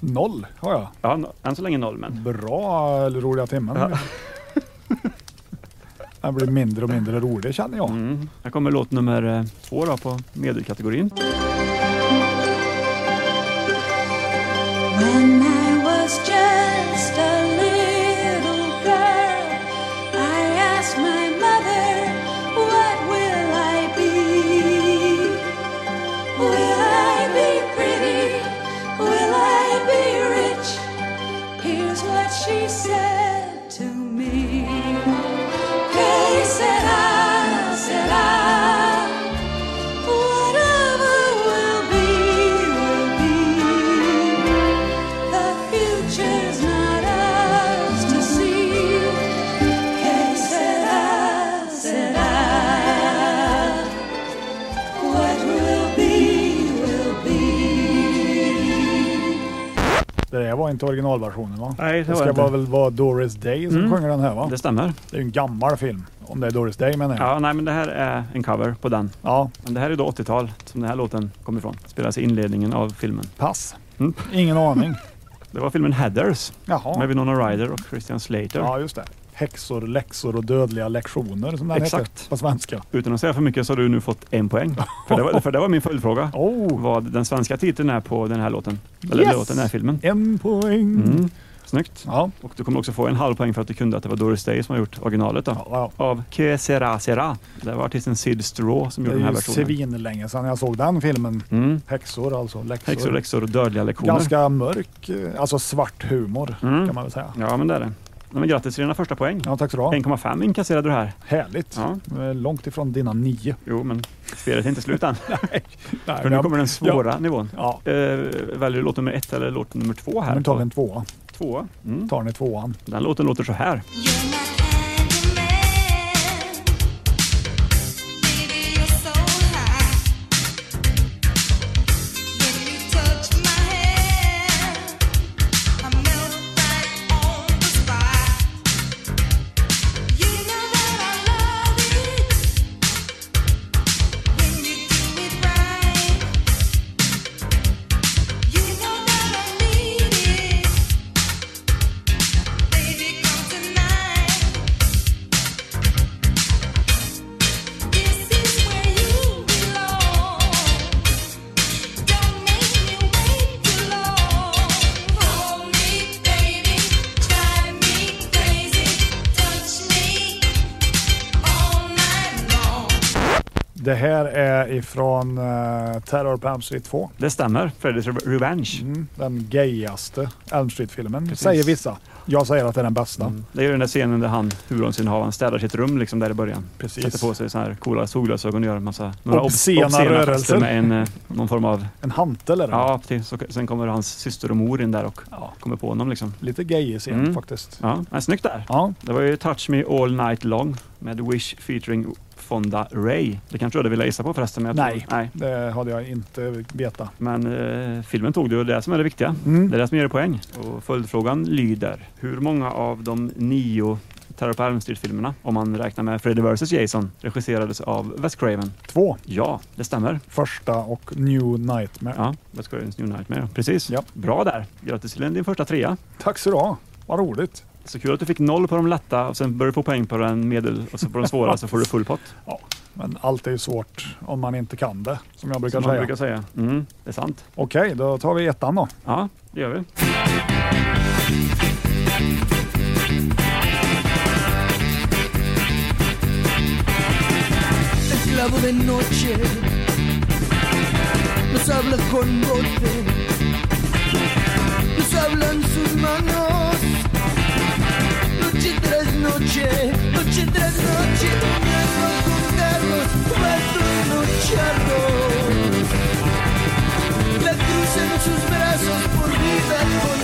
Speaker 2: Noll har jag.
Speaker 3: Ja, no- än så länge noll, men
Speaker 2: Bra eller roliga timmen.
Speaker 3: Ja.
Speaker 2: Den blir mindre och mindre rolig känner jag.
Speaker 3: Mm. Här kommer låt nummer eh, två då på medelkategorin.
Speaker 6: When I was just a little girl, I asked my mother, What will I be? Will I be pretty? Will I be rich? Here's what she said to me. Que será, será. Whatever will be, will be. The
Speaker 2: var inte originalversionen va?
Speaker 3: Nej, det
Speaker 2: Det
Speaker 3: var
Speaker 2: ska
Speaker 3: inte.
Speaker 2: vara- väl vara Doris Day som
Speaker 3: Mm.
Speaker 2: sjunger den här va?
Speaker 3: Det stämmer.
Speaker 2: Det är ju en gammal film, om det är Doris Day menar jag.
Speaker 3: Ja, nej, men det här är en cover på den.
Speaker 2: Ja,
Speaker 3: Men det här är då 80-tal som den här låten kommer ifrån. Spelas i inledningen av filmen.
Speaker 2: pass.
Speaker 3: Mm.
Speaker 2: Ingen aning.
Speaker 3: Det var filmen Heathers med
Speaker 2: Jaha.
Speaker 3: Winona Ryder och Christian Slater.
Speaker 2: Ja, just det. Häxor, läxor och dödliga lektioner som den heter
Speaker 3: Exakt.
Speaker 2: på svenska.
Speaker 3: Utan att säga för mycket så har du nu fått en poäng. För det var, för det var min följdfråga.
Speaker 2: Oh,
Speaker 3: Vad den svenska titeln är på den här låten. Eller
Speaker 2: Yes!
Speaker 3: låten, den här filmen.
Speaker 2: en poäng.
Speaker 3: Mm. Snyggt.
Speaker 2: Ja.
Speaker 3: Och du kommer också få en halv poäng för att du kunde att det var Doris Day som har gjort originalet. Då.
Speaker 2: ja.
Speaker 3: Av Que Sera Sera. Det var artisten Sid Straw som
Speaker 2: Det
Speaker 3: gjorde den
Speaker 2: är
Speaker 3: här
Speaker 2: ju
Speaker 3: versionen.
Speaker 2: svinlänge sedan jag såg den filmen.
Speaker 3: Mm.
Speaker 2: Häxor alltså, läxor.
Speaker 3: Häxor, läxor och dödliga lektioner.
Speaker 2: Ganska mörk, eh, alltså svart humor
Speaker 3: Mm.
Speaker 2: kan man väl säga.
Speaker 3: Ja, men det är det. Ja, men grattis till dina första poäng.
Speaker 2: Ja, tack så du ha.
Speaker 3: 1,5 inkasserade du här.
Speaker 2: Härligt.
Speaker 3: Ja.
Speaker 2: Eh, Långt ifrån dina nio.
Speaker 3: Jo, men spelet är inte slut än.
Speaker 2: Nej,
Speaker 3: För nu kommer den svåra nivån.
Speaker 2: Ja,
Speaker 3: Eh, väljer du låt nummer ett eller låt nummer två här?
Speaker 2: nu tar vi en tvåa.
Speaker 3: Tvåa. Mm.
Speaker 2: Tar ni tvåan?
Speaker 3: Den låten låter så här.
Speaker 6: You're my handyman, baby. You're so high. When you touch my hair, I melt right on the spot. You know that I love it when you do it right. You know that I need it, baby. Come tonight. This is where you belong. Don't make me wait too long. Hold me, baby, drive me crazy, touch me all night long.
Speaker 2: Det här är ifrån eh, Terror på Elm Street 2.
Speaker 3: Det stämmer. Freddy's Re- Revenge.
Speaker 2: Mm, den gayaste Elm Street-filmen, säger vissa. Jag säger att det är den bästa.
Speaker 3: Det är ju den där scenen där han, huvudrollsinnehavaren, städar sitt rum liksom där i början.
Speaker 2: Precis.
Speaker 3: Sätter på sig sådana här coola solglasögon och gör en massa några obs-
Speaker 2: Obscena
Speaker 3: obscena
Speaker 2: rörelser.
Speaker 3: rörelser med en, eh, någon form av...
Speaker 2: En hantel är det.
Speaker 3: Ja, precis. Så, sen kommer hans syster och mor in där och kommer på honom liksom.
Speaker 2: Lite gay scen
Speaker 3: Mm.
Speaker 2: faktiskt.
Speaker 3: Ja, men snyggt där.
Speaker 2: Ja,
Speaker 3: Det var ju Touch Me All Night Long med Wish featuring Fonda Ray. Det kanske du hade velat gissa på förresten? Men jag
Speaker 2: Nej.
Speaker 3: Tror, nej.
Speaker 2: det hade jag inte vetat.
Speaker 3: Men eh, filmen tog du och det är det som är det viktiga.
Speaker 2: Mm.
Speaker 3: Det är det som ger dig poäng. Och följdfrågan lyder, hur många av de nio Terror på Elm Street-filmerna, om man räknar med Freddy vs Jason, regisserades av Wes Craven?
Speaker 2: Två.
Speaker 3: Ja, det stämmer.
Speaker 2: Första och New Nightmare.
Speaker 3: Ja, Wes Cravens New Nightmare. Precis.
Speaker 2: Ja.
Speaker 3: Bra där. Grattis till din första trea.
Speaker 2: Tack så du ha. Vad roligt.
Speaker 3: Så kul att du fick noll på de lätta och sen började du få poäng på den medel och så på de svåra så får du full pott.
Speaker 2: Ja, men allt är ju svårt om man inte kan det, som jag brukar
Speaker 3: Som man
Speaker 2: säga.
Speaker 3: brukar säga. Mm, det är sant.
Speaker 2: Okej, då tar vi ettan då.
Speaker 3: Ja, det gör vi.
Speaker 7: el clavo de noche nos habla con golpe, nos hablan sus manos, noche tras noche, noche tras noche, durmiendo a contarnos, fumando y nocharnos. La cruz en sus brazos por vida con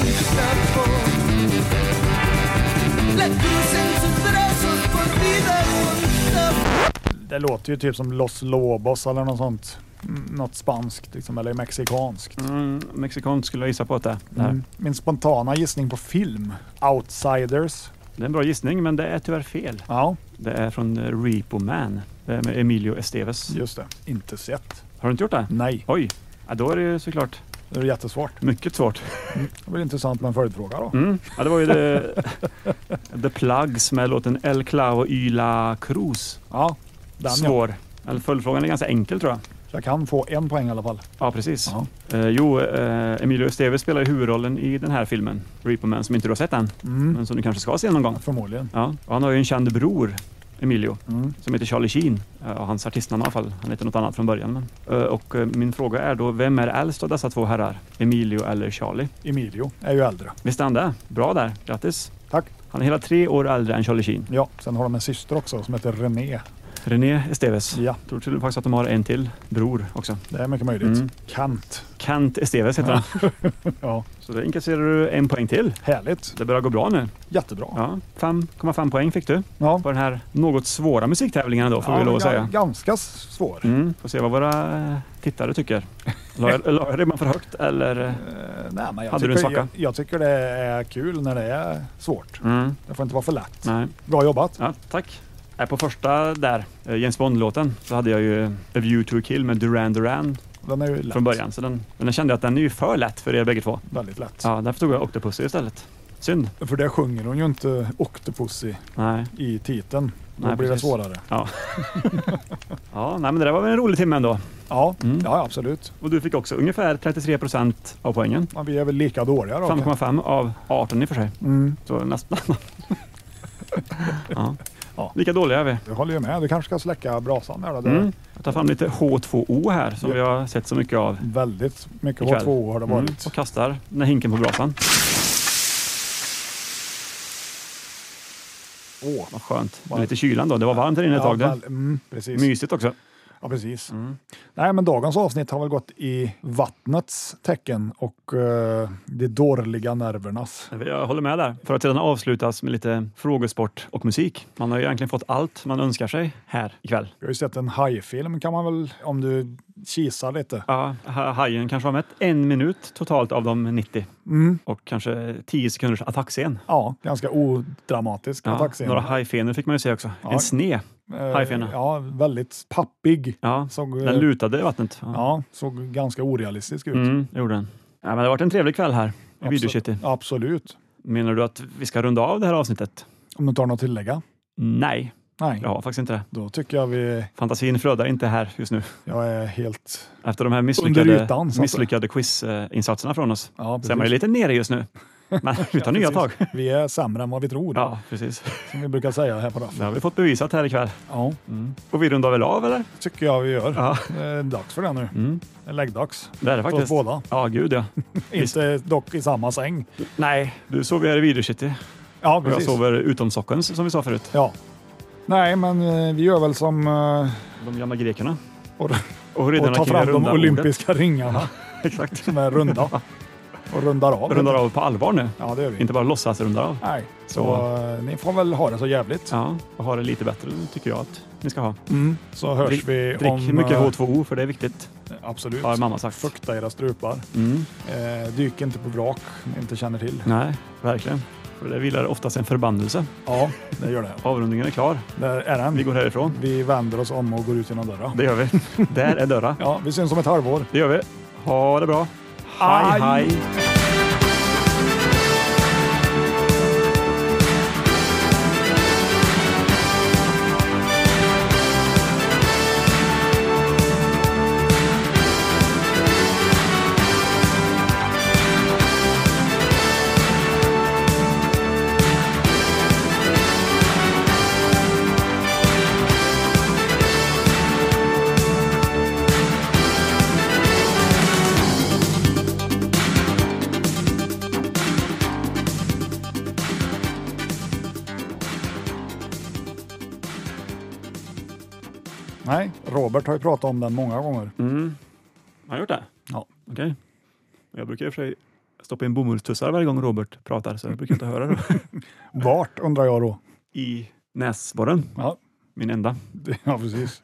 Speaker 7: La cruz en sus brazos por vida con
Speaker 2: Det låter ju typ som Los Lobos eller något sånt. Mm, Något spanskt liksom, eller mexikanskt.
Speaker 3: Mm, Mexikan skulle jag gissa på att det är. det här.
Speaker 2: Mm. Min spontana gissning på film, Outsiders.
Speaker 3: Det är en bra gissning, men det är tyvärr fel.
Speaker 2: Ja,
Speaker 3: Det är från eh, Repo Man. Det är med Emilio Estevez.
Speaker 2: just det. Inte sett.
Speaker 3: Har du inte gjort det?
Speaker 2: Nej,
Speaker 3: Oj, ja, då är det ju såklart
Speaker 2: det är jättesvårt.
Speaker 3: mycket svårt.
Speaker 2: Det blir intressant med en följdfråga då.
Speaker 3: Mm. Ja, det var ju the, the Plugs med låten El Clavo y la Cruz.
Speaker 2: Ja, den ja.
Speaker 3: Svår. Eller följdfrågan är ganska enkel tror jag.
Speaker 2: Jag kan få en poäng i alla fall.
Speaker 3: Ja, precis.
Speaker 2: Ja.
Speaker 3: Eh, jo, eh, Emilio Estevez spelar ju huvudrollen i den här filmen, Repo Man, som inte du har sett än,
Speaker 2: Mm.
Speaker 3: men som du kanske ska se någon gång.
Speaker 2: Förmodligen.
Speaker 3: Ja, och han har ju en känd bror, Emilio,
Speaker 2: Mm.
Speaker 3: som heter Charlie Sheen. Ja, hans artistnamn i alla fall. Han heter något annat från början. Men. Eh, Och eh, min fråga är då, vem är äldst av dessa två herrar? Emilio eller Charlie?
Speaker 2: Emilio är ju äldre.
Speaker 3: Visst är han det? Bra där, grattis!
Speaker 2: Tack.
Speaker 3: Han är hela tre år äldre än Charlie Sheen.
Speaker 2: Ja, sen har de en syster också som heter René.
Speaker 3: René Esteves.
Speaker 2: Ja,
Speaker 3: Jag tror till faktiskt att de har en till bror också.
Speaker 2: det är mycket möjligt.
Speaker 3: Mm.
Speaker 2: Kant.
Speaker 3: Kent Esteves heter han.
Speaker 2: Ja,
Speaker 3: Så där inkasserar du en poäng till.
Speaker 2: härligt.
Speaker 3: Det börjar gå bra nu.
Speaker 2: Jättebra.
Speaker 3: Ja, 5,5 poäng fick du
Speaker 2: Ja.
Speaker 3: på den här något svåra musiktävlingen då får
Speaker 2: Ja,
Speaker 3: vi lov
Speaker 2: men
Speaker 3: att
Speaker 2: ga-
Speaker 3: säga.
Speaker 2: Ganska svår.
Speaker 3: Mm, får se vad våra tittare tycker. La jag, la jag ribban för högt eller?
Speaker 2: Eh, nej, men jag,
Speaker 3: Hade du en
Speaker 2: tycker, jag,
Speaker 3: svacka?
Speaker 2: jag tycker det är kul när det är svårt.
Speaker 3: Mm,
Speaker 2: Det får inte vara för lätt.
Speaker 3: nej.
Speaker 2: Bra jobbat.
Speaker 3: Ja, tack. Nej, På första där, eh, James Bond-låten, så hade jag ju eh, A View to a Kill med Duran Duran
Speaker 2: Den är ju lätt.
Speaker 3: från början. Så den, men jag kände att den är ju för lätt för er bägge två.
Speaker 2: Väldigt lätt.
Speaker 3: Ja, därför tog jag Octopussy istället. Synd.
Speaker 2: För det sjunger hon ju inte Octopussy
Speaker 3: Nej.
Speaker 2: i titeln. Då
Speaker 3: Nej,
Speaker 2: blir
Speaker 3: precis.
Speaker 2: det svårare.
Speaker 3: Ja, nej, men det där var väl en rolig timme ändå.
Speaker 2: Ja,
Speaker 3: Mm.
Speaker 2: ja absolut.
Speaker 3: Och du fick också ungefär 33 procent av poängen.
Speaker 2: Men vi är väl lika dåliga då.
Speaker 3: 5,5 av 18 i och för sig.
Speaker 2: Mm.
Speaker 3: Så nästan. ja.
Speaker 2: Ja.
Speaker 3: Lika dåliga är vi.
Speaker 2: Jag håller ju med. Du kanske ska släcka brasan här då. Det är
Speaker 3: Mm. Jag tar fram lite H2O här som
Speaker 2: Ja.
Speaker 3: vi har sett så mycket av.
Speaker 2: Väldigt mycket
Speaker 3: ikväll.
Speaker 2: H2O har det
Speaker 3: Mm.
Speaker 2: varit.
Speaker 3: Och kastar den här hinken på brasan.
Speaker 2: Åh.
Speaker 3: Vad skönt. Med lite kylan då. Det var varmt här inne ett
Speaker 2: Ja,
Speaker 3: tag. där. Mm.
Speaker 2: väl- mm, precis.
Speaker 3: Mysigt också.
Speaker 2: Ja, precis. Nej, men dagens avsnitt har väl gått i vattnets tecken och eh, de dåliga nervernas.
Speaker 3: Jag håller med där. För att sedan avslutas med lite frågesport och musik. Man har ju egentligen fått allt man önskar sig här ikväll.
Speaker 2: Jag har ju sett en hajfilm kan man väl, om du kisar lite.
Speaker 3: Ja, ha- hajen kanske har mätt en minut totalt av de 90
Speaker 2: Mm.
Speaker 3: och kanske 10 sekunders attackscen.
Speaker 2: Ja, ganska odramatisk
Speaker 3: Ja,
Speaker 2: attackscen.
Speaker 3: några hajfenor fick man ju se också.
Speaker 2: Ja.
Speaker 3: En sne.
Speaker 2: Eh,
Speaker 3: hajfena.
Speaker 2: Ja, väldigt pappig.
Speaker 3: Ja,
Speaker 2: Såg, eh,
Speaker 3: den lutade i vattnet. Ja.
Speaker 2: ja, såg ganska orealistisk ut.
Speaker 3: Mm, det gjorde den. Ja, men det har varit en trevlig kväll här i
Speaker 2: Absolut.
Speaker 3: Videocity.
Speaker 2: Absolut.
Speaker 3: Menar du att vi ska runda av det här avsnittet?
Speaker 2: Om du inte har något att tillägga?
Speaker 3: Nej,
Speaker 2: Nej,
Speaker 3: jag har faktiskt inte det.
Speaker 2: då tycker jag vi...
Speaker 3: Fantasin flödar inte här just nu
Speaker 2: Jag är helt...
Speaker 3: efter de här
Speaker 2: Under
Speaker 3: misslyckade,
Speaker 2: ytan, så att säga.
Speaker 3: misslyckade quizinsatserna från oss.
Speaker 2: Ja,
Speaker 3: Så är man ju lite nere just nu. Men vi tar nya tag.
Speaker 2: precis. Vi är sämre än vad vi tror,
Speaker 3: Ja, precis.
Speaker 2: som vi brukar säga här på
Speaker 3: Det
Speaker 2: Raff.
Speaker 3: har vi fått bevisat här ikväll.
Speaker 2: Ja,
Speaker 3: Och vi rundar väl av eller?
Speaker 2: tycker jag vi gör.
Speaker 3: Ja,
Speaker 2: Det är dags för det nu.
Speaker 3: Mm.
Speaker 2: Det är läggdags.
Speaker 3: det är det
Speaker 2: För oss
Speaker 3: faktiskt.
Speaker 2: båda.
Speaker 3: Ja, gud ja. Visst.
Speaker 2: Inte dock i samma säng.
Speaker 3: Nej, du sover här i Videocity
Speaker 2: Ja,
Speaker 3: och jag
Speaker 2: precis.
Speaker 3: sover utom sockens som vi sa förut.
Speaker 2: Ja. Nej, men eh, vi gör väl som... eh,
Speaker 3: De gamla grekerna.
Speaker 2: Och-
Speaker 3: och
Speaker 2: Och
Speaker 3: riddarna
Speaker 2: ta
Speaker 3: kring det
Speaker 2: fram de
Speaker 3: runda ordet.
Speaker 2: olympiska ringarna
Speaker 3: Exakt.
Speaker 2: som är runda. Och rundar av.
Speaker 3: Rundar av på allvar nu.
Speaker 2: Ja, det gör vi.
Speaker 3: Inte bara låtsas runda av.
Speaker 2: Nej, så,
Speaker 3: Så.
Speaker 2: eh, ni får väl ha det så jävligt.
Speaker 3: Ja, och ha det lite bättre tycker jag att ni ska ha.
Speaker 2: Mm. Så hörs
Speaker 3: Drick-
Speaker 2: vi
Speaker 3: Drick
Speaker 2: om...
Speaker 3: mycket
Speaker 2: eh,
Speaker 3: H2O för det är viktigt,
Speaker 2: Absolut.
Speaker 3: har mamma sagt.
Speaker 2: Fukta era strupar.
Speaker 3: Mm.
Speaker 2: Eh, dyk inte på vrak ni inte känner till.
Speaker 3: Nej, verkligen. För det vilar oftast en förbannelse.
Speaker 2: Ja, det gör det.
Speaker 3: Avrundningen är klar.
Speaker 2: Där är den.
Speaker 3: Vi går härifrån.
Speaker 2: Vi vänder oss om och går ut genom dörren.
Speaker 3: Det gör vi. Där är dörra.
Speaker 2: Ja, vi syns om ett halvår.
Speaker 3: Det gör vi. Ha det bra.
Speaker 2: Aj.
Speaker 3: Hej, hej.
Speaker 2: Nej, Robert har ju pratat om den många gånger.
Speaker 3: Mm. Har han gjort det?
Speaker 2: Ja.
Speaker 3: Okej. Jag brukar i och för sig stoppa in bomullstussar varje gång Robert pratar, så jag brukar inte höra det.
Speaker 2: Vart undrar jag då?
Speaker 3: I näsborren,
Speaker 2: Ja,
Speaker 3: min enda.
Speaker 2: det, ja precis.